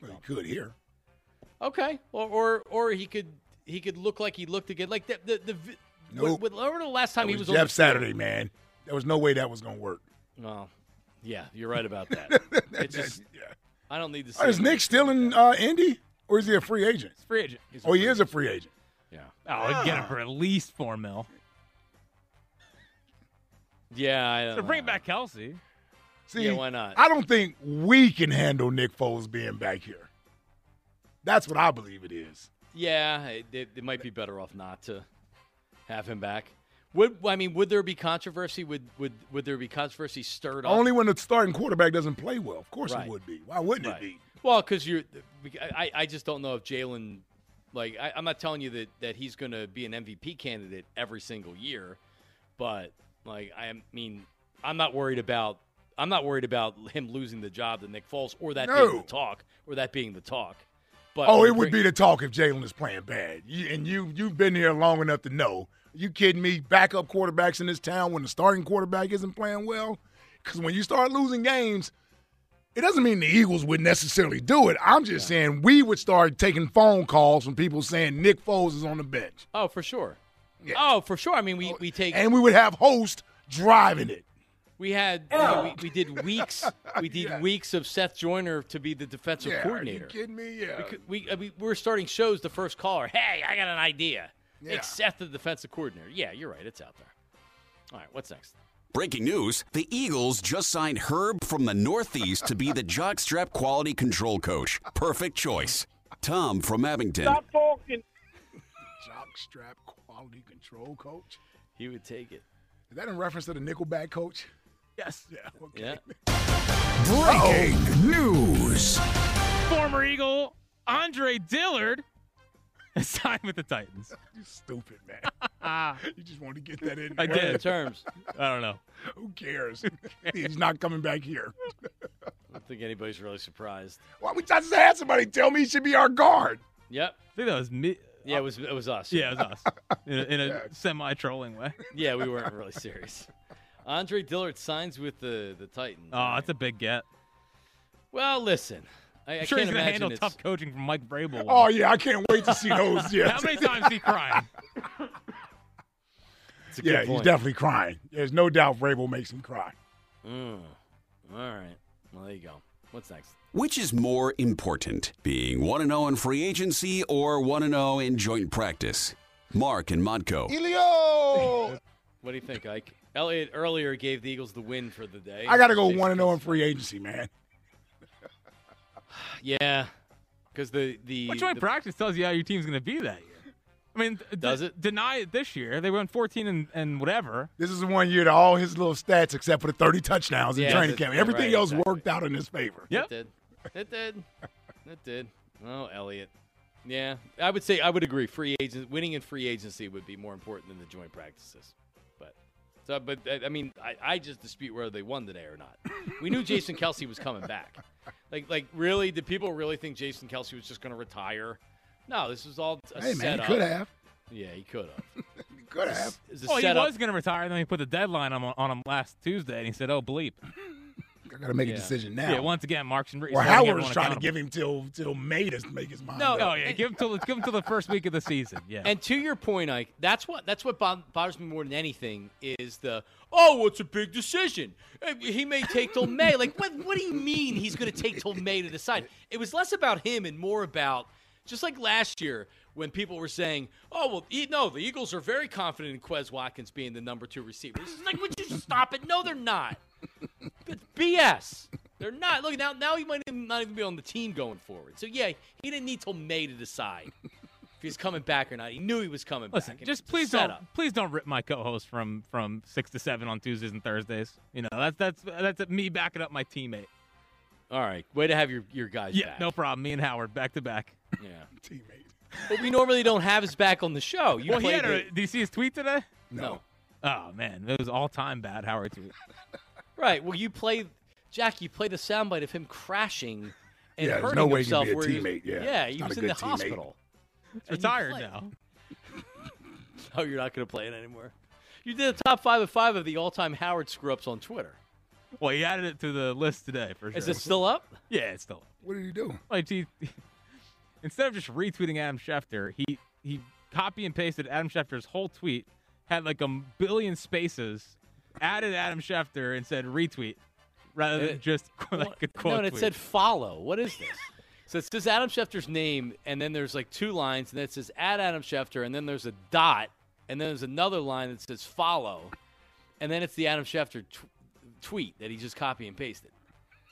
[SPEAKER 2] Well, he could here.
[SPEAKER 1] Okay, or or or he could he could look like he looked again, like the the. the vi-
[SPEAKER 2] Nope.
[SPEAKER 1] when- when- remember the last time
[SPEAKER 2] That
[SPEAKER 1] he
[SPEAKER 2] was
[SPEAKER 1] was
[SPEAKER 2] Jeff
[SPEAKER 1] on the
[SPEAKER 2] Saturday, man. There was no way that was going to work. *laughs*
[SPEAKER 1] No, yeah, you're right about that. it's just, I don't need to. See
[SPEAKER 2] Oh, is
[SPEAKER 1] him.
[SPEAKER 2] Nick still in uh, Indy, or is he a free agent?
[SPEAKER 1] free agent? He's a
[SPEAKER 2] oh, he
[SPEAKER 1] free
[SPEAKER 2] is a free agent.
[SPEAKER 1] Yeah.
[SPEAKER 3] Oh, they'd
[SPEAKER 1] Ah.
[SPEAKER 3] get him for at least four mil.
[SPEAKER 1] Yeah, I
[SPEAKER 3] So bring back Kelsey.
[SPEAKER 2] See,
[SPEAKER 3] Yeah, why not?
[SPEAKER 2] I don't think we can handle Nick Foles being back here. That's what I believe it is.
[SPEAKER 1] Yeah, it, it, it might be better off not to have him back. Would I mean? Would there be controversy? Would would would there be controversy stirred up?
[SPEAKER 2] Only when the starting quarterback doesn't play well. Of course
[SPEAKER 1] Right.
[SPEAKER 2] it would be. Why wouldn't
[SPEAKER 1] Right.
[SPEAKER 2] it be?
[SPEAKER 1] Well, because you're, I, I just don't know if Jalen, like, I, I'm not telling you that, that he's going to be an MVP candidate every single year, but like, I am- mean, I'm not worried about, I'm not worried about him losing the job to Nick Foles or that being
[SPEAKER 2] No.
[SPEAKER 1] the talk or that being the talk. But
[SPEAKER 2] oh,
[SPEAKER 1] when
[SPEAKER 2] it
[SPEAKER 1] you
[SPEAKER 2] would
[SPEAKER 1] bring-
[SPEAKER 2] be the talk if Jalen is playing bad. You, and you you've been here long enough to know. You kidding me? Backup quarterbacks in this town when the starting quarterback isn't playing well, because when you start losing games, it doesn't mean the Eagles would necessarily do it. I'm just saying we would start taking phone calls from people saying Nick Foles is on the bench,
[SPEAKER 1] Oh, for sure. Oh, for sure. I mean, we, we take
[SPEAKER 2] and we would have host driving it.
[SPEAKER 1] We had I mean, we, we
[SPEAKER 2] *laughs*
[SPEAKER 1] did weeks we did weeks of Seth Joyner to be the defensive
[SPEAKER 2] Yeah, are you
[SPEAKER 1] coordinator.
[SPEAKER 2] kidding me? Yeah.
[SPEAKER 1] We, could- we, I mean, we were starting shows. The first caller, hey, I got an idea.
[SPEAKER 2] Yeah.
[SPEAKER 1] Make Seth the defensive coordinator. Yeah, you're right. It's out there. All right, what's next?
[SPEAKER 5] Breaking news the Eagles just signed Herb from the Northeast to be the jockstrap quality control coach. Perfect choice. Tom from Abington.
[SPEAKER 2] Stop
[SPEAKER 4] talking.
[SPEAKER 2] Jockstrap quality control coach.
[SPEAKER 1] He would take it.
[SPEAKER 2] Is that in reference to the Nickelback coach?
[SPEAKER 3] Yes.
[SPEAKER 2] Yeah. Okay.
[SPEAKER 1] Yeah.
[SPEAKER 3] Breaking
[SPEAKER 5] news.
[SPEAKER 3] Former Eagle Andre Dillard *laughs* has signed with the Titans.
[SPEAKER 2] You stupid
[SPEAKER 3] *laughs*
[SPEAKER 2] man. you just wanted to get that in.
[SPEAKER 1] *laughs*
[SPEAKER 3] I
[SPEAKER 2] there.
[SPEAKER 3] did. Terms. I don't know.
[SPEAKER 2] Who
[SPEAKER 3] *laughs*
[SPEAKER 2] cares? He's not coming back here.
[SPEAKER 1] I don't think anybody's really surprised.
[SPEAKER 2] Why we I just had somebody tell me he should be our guard?
[SPEAKER 1] Yep.
[SPEAKER 3] I think that was me.
[SPEAKER 1] Yeah, it was it was us.
[SPEAKER 3] Yeah, it was us in a, in a semi-trolling way.
[SPEAKER 1] yeah, we weren't really serious. Andre Dillard signs with the the Titans.
[SPEAKER 3] Oh, that's a big get.
[SPEAKER 1] Well, listen, I, I
[SPEAKER 3] I'm sure he's
[SPEAKER 1] can't
[SPEAKER 3] gonna
[SPEAKER 1] imagine
[SPEAKER 3] handle
[SPEAKER 1] it's-
[SPEAKER 3] tough coaching from Mike Vrabel.
[SPEAKER 2] Oh yeah, I can't wait to see
[SPEAKER 3] *laughs*
[SPEAKER 2] those. Yeah.
[SPEAKER 3] How
[SPEAKER 2] *laughs*
[SPEAKER 3] many times he cried?
[SPEAKER 1] It's a good
[SPEAKER 2] yeah, he's
[SPEAKER 1] point.
[SPEAKER 2] definitely crying. There's no doubt Vrabel makes him cry.
[SPEAKER 1] Mm. All right. Well, there you go. What's next?
[SPEAKER 5] Which is more important, being 1 0 in free agency or 1 0 in joint practice? Mark and Modco.
[SPEAKER 2] Elio.
[SPEAKER 1] What do you think, Ike? Elliot earlier gave the Eagles the win for the day.
[SPEAKER 2] *laughs* I gotta go
[SPEAKER 1] Jason-
[SPEAKER 2] one and zero in free agency, man.
[SPEAKER 1] Yeah, because the the
[SPEAKER 3] Which joint
[SPEAKER 1] the-
[SPEAKER 3] practice tells you how your team's going to be that year? I mean, th-
[SPEAKER 1] Does
[SPEAKER 3] it deny it this year? They went 14 and, and whatever.
[SPEAKER 2] This is the one year that all his little stats, except for the 30 touchdowns in
[SPEAKER 3] Yeah,
[SPEAKER 2] training
[SPEAKER 3] that-
[SPEAKER 2] camp,
[SPEAKER 3] yeah,
[SPEAKER 2] everything
[SPEAKER 3] right,
[SPEAKER 2] else
[SPEAKER 3] exactly.
[SPEAKER 2] worked out in his favor.
[SPEAKER 1] It did. It did. It did. Oh, Elliot. Yeah, I would say I would agree. Free agent winning in free agency would be more important than the joint practices. But so, but I I mean, I, I just dispute whether they won today or not. We knew Jason Kelsey was coming back. Like, like really, did people really think Jason Kelsey was just going to retire? No, this was all a
[SPEAKER 2] Hey, man, he
[SPEAKER 1] setup.
[SPEAKER 2] could have.
[SPEAKER 1] Yeah, he could have.
[SPEAKER 2] he could have.
[SPEAKER 3] Well, he was going to retire, and then he put the deadline on, on him last Tuesday, and he said, "Oh bleep,
[SPEAKER 2] I gotta make a decision now.
[SPEAKER 3] Yeah, once again, Mark's and Reese.
[SPEAKER 2] Well,
[SPEAKER 3] holding
[SPEAKER 2] Howard's
[SPEAKER 3] everyone
[SPEAKER 2] trying to
[SPEAKER 3] accountable.
[SPEAKER 2] give him till till May to make his mind.
[SPEAKER 1] No,
[SPEAKER 2] up.
[SPEAKER 3] Oh yeah, give him till give him till the first week of the season. Yeah,
[SPEAKER 1] And to your point, Ike, that's what that's what bo- bothers me more than anything is the oh, well, it's a big decision. Uh, He may take till May. Like, what what do you mean he's going to take till May to decide? It was less about him and more about just like last year when people were saying, oh well, e- no, the Eagles are very confident in Quez Watkins being the number two receiver. It's like, would you stop it? No, they're not. It's BS. They're not. Look now, now he might even, not even be on the team going forward. So yeah, he didn't need till May to decide if he's coming back or not. He knew he was coming
[SPEAKER 3] Listen,
[SPEAKER 1] back. and
[SPEAKER 3] just
[SPEAKER 1] it's a
[SPEAKER 3] please don't
[SPEAKER 1] setup.
[SPEAKER 3] please don't rip my co-host from from six to seven on Tuesdays and Thursdays. You know that's that's that's me backing up my teammate.
[SPEAKER 1] All right, way to have your your guys
[SPEAKER 3] Yeah,
[SPEAKER 1] back.
[SPEAKER 3] no problem. Me and Howard back
[SPEAKER 1] *laughs*
[SPEAKER 3] to back.
[SPEAKER 1] Yeah, teammate. But we normally don't have his back on the show. You
[SPEAKER 3] well, he
[SPEAKER 1] played
[SPEAKER 3] had a,
[SPEAKER 1] the-
[SPEAKER 3] did you see his tweet today?
[SPEAKER 1] No.
[SPEAKER 3] Oh man, it was all time bad Howard tweet.
[SPEAKER 1] right. Well, you play Jack. You played a soundbite of him crashing and
[SPEAKER 3] Yeah, there's
[SPEAKER 1] hurting
[SPEAKER 3] no way you can
[SPEAKER 1] himself.
[SPEAKER 3] be a
[SPEAKER 1] where he was-
[SPEAKER 3] teammate, yeah.
[SPEAKER 1] yeah,
[SPEAKER 3] It's
[SPEAKER 1] he
[SPEAKER 3] not
[SPEAKER 1] was
[SPEAKER 3] a
[SPEAKER 1] in the
[SPEAKER 3] good teammate.
[SPEAKER 1] hospital.
[SPEAKER 3] It's retired now.
[SPEAKER 1] Oh, you're not going to play it anymore. You did a top five of five of the all-time Howard screw-ups on Twitter.
[SPEAKER 3] Well, he added it to the list today for sure.
[SPEAKER 1] Is it still up?
[SPEAKER 3] Yeah, it's still up.
[SPEAKER 2] What did he do?
[SPEAKER 3] Like he, *laughs* instead of just retweeting Adam Schefter, he he copy and pasted Adam Schefter's whole tweet, had like a billion spaces, added Adam Schefter and said retweet rather
[SPEAKER 1] And
[SPEAKER 3] than
[SPEAKER 1] it-
[SPEAKER 3] just *laughs* like a quote.
[SPEAKER 1] Uh, no, and it
[SPEAKER 3] tweet.
[SPEAKER 1] said follow. What is this? *laughs* so it says Adam Schefter's name, and then there's like two lines, and then it says add Adam Schefter, and then there's a dot, and then there's another line that says follow, and then it's the Adam Schefter t- tweet that he just copy and pasted.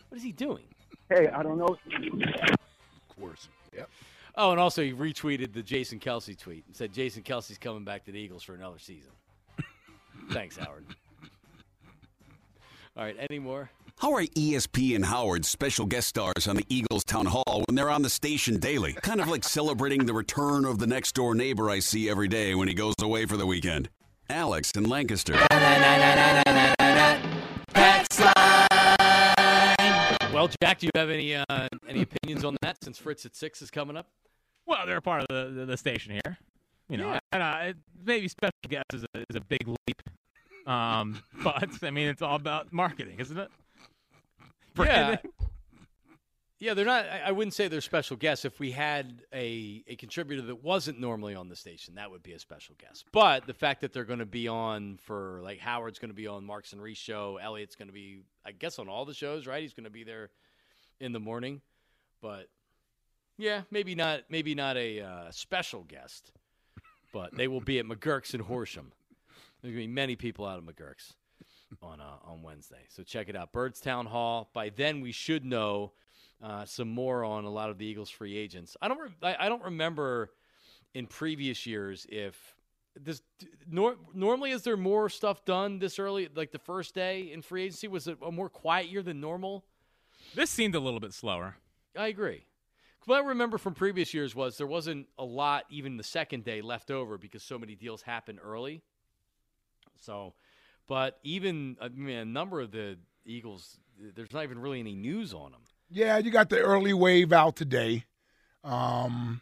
[SPEAKER 1] What is he doing?
[SPEAKER 9] Hey, I don't know.
[SPEAKER 2] Of course. Yep.
[SPEAKER 1] Oh, and also he retweeted the Jason Kelsey tweet and said Jason Kelsey's coming back to the Eagles for another season. *laughs* Thanks, Howard. All right, any more?
[SPEAKER 5] How are ESP and Howard special guest stars on the Eagles Town Hall when they're on the station daily? Kind of like celebrating the return of the next door neighbor I see every day when he goes away for the weekend. Alex in Lancaster.
[SPEAKER 1] Well, Jack, do you have any uh, any opinions on that since Fritz at six is coming up?
[SPEAKER 3] Well, they're a part of the, the, the station here. You know,
[SPEAKER 1] Yeah.
[SPEAKER 3] and, uh, it- maybe special guest is a, is a big leap. Um, *laughs* but I mean, it's all about marketing, isn't it? Branding.
[SPEAKER 1] Yeah. Yeah, they're not. I, I wouldn't say they're special guests. If we had a, a contributor that wasn't normally on the station, that would be a special guest. But the fact that they're going to be on for like Howard's going to be on Marks and Reese show, Elliot's going to be, I guess, on all the shows, right? He's going to be there in the morning. But yeah, maybe not. Maybe not a uh, special guest, but they will be at McGurk's in Horsham. There's going to be many people out of McGurk's on uh, on Wednesday. So check it out, Birdstown Hall. By then, we should know uh, some more on a lot of the Eagles' free agents. I don't. Re- I, I don't remember in previous years if this nor- normally is there more stuff done this early, like the first day in free agency was it a more quiet year than normal.
[SPEAKER 3] This seemed a little bit slower.
[SPEAKER 1] I agree. What I remember from previous years was there wasn't a lot, even the second day, left over because so many deals happen early. So, but even uh, I mean, a number of the Eagles, there's not even really any news on them.
[SPEAKER 2] Yeah, you got the early wave out today. Um,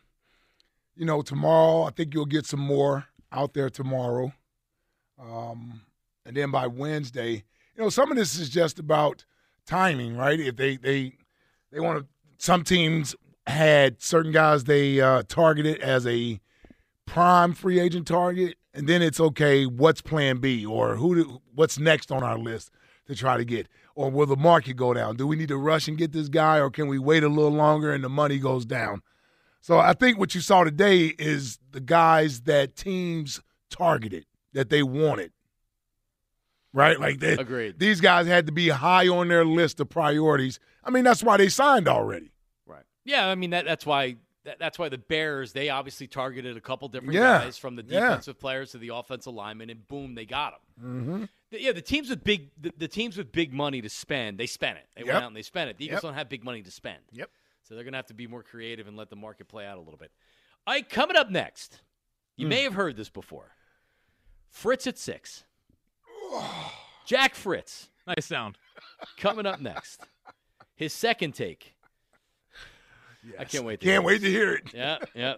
[SPEAKER 2] you know, tomorrow I think you'll get some more out there tomorrow. Um, and then by Wednesday, you know, some of this is just about timing, right? If they they they want to, some teams had certain guys they uh, targeted as a prime free agent target, and then it's okay. What's Plan B, or who? Do, what's next on our list to try to get, or will the market go down? Do we need to rush and get this guy, or can we wait a little longer and the money goes down? So I think what you saw today is the guys that teams targeted that they wanted, right? Like *laughs* they,
[SPEAKER 1] Agreed.
[SPEAKER 2] These guys had to be high on their list of priorities. I mean, that's why they signed already.
[SPEAKER 1] Right. Yeah, I mean that. That's why. That, that's why the Bears they obviously targeted a couple different
[SPEAKER 2] Yeah.
[SPEAKER 1] guys from the
[SPEAKER 2] Yeah.
[SPEAKER 1] defensive players to the offensive linemen, and boom, they got them.
[SPEAKER 2] Mm-hmm.
[SPEAKER 1] The- Yeah, the teams with big the, the teams with big money to spend, they spent it. They
[SPEAKER 2] Yep.
[SPEAKER 1] went out and they spent it. The Eagles
[SPEAKER 2] Yep.
[SPEAKER 1] don't have big money to spend.
[SPEAKER 2] Yep.
[SPEAKER 1] So they're gonna have to be more creative and let the market play out a little bit. Ike, coming up next, you
[SPEAKER 2] Hmm.
[SPEAKER 1] may have heard this before. Fritz at
[SPEAKER 2] *sighs*
[SPEAKER 1] six. Jack Fritz.
[SPEAKER 3] Nice sound.
[SPEAKER 1] Coming up next. His second take. I can't wait. To
[SPEAKER 2] Can't
[SPEAKER 1] hear
[SPEAKER 2] wait
[SPEAKER 1] this.
[SPEAKER 2] to hear it.
[SPEAKER 1] *laughs* Yeah, yeah.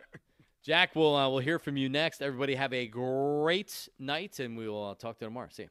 [SPEAKER 1] Jack, we'll uh, we'll hear from you next. Everybody, have a great night, and we will uh, talk to you tomorrow. See you.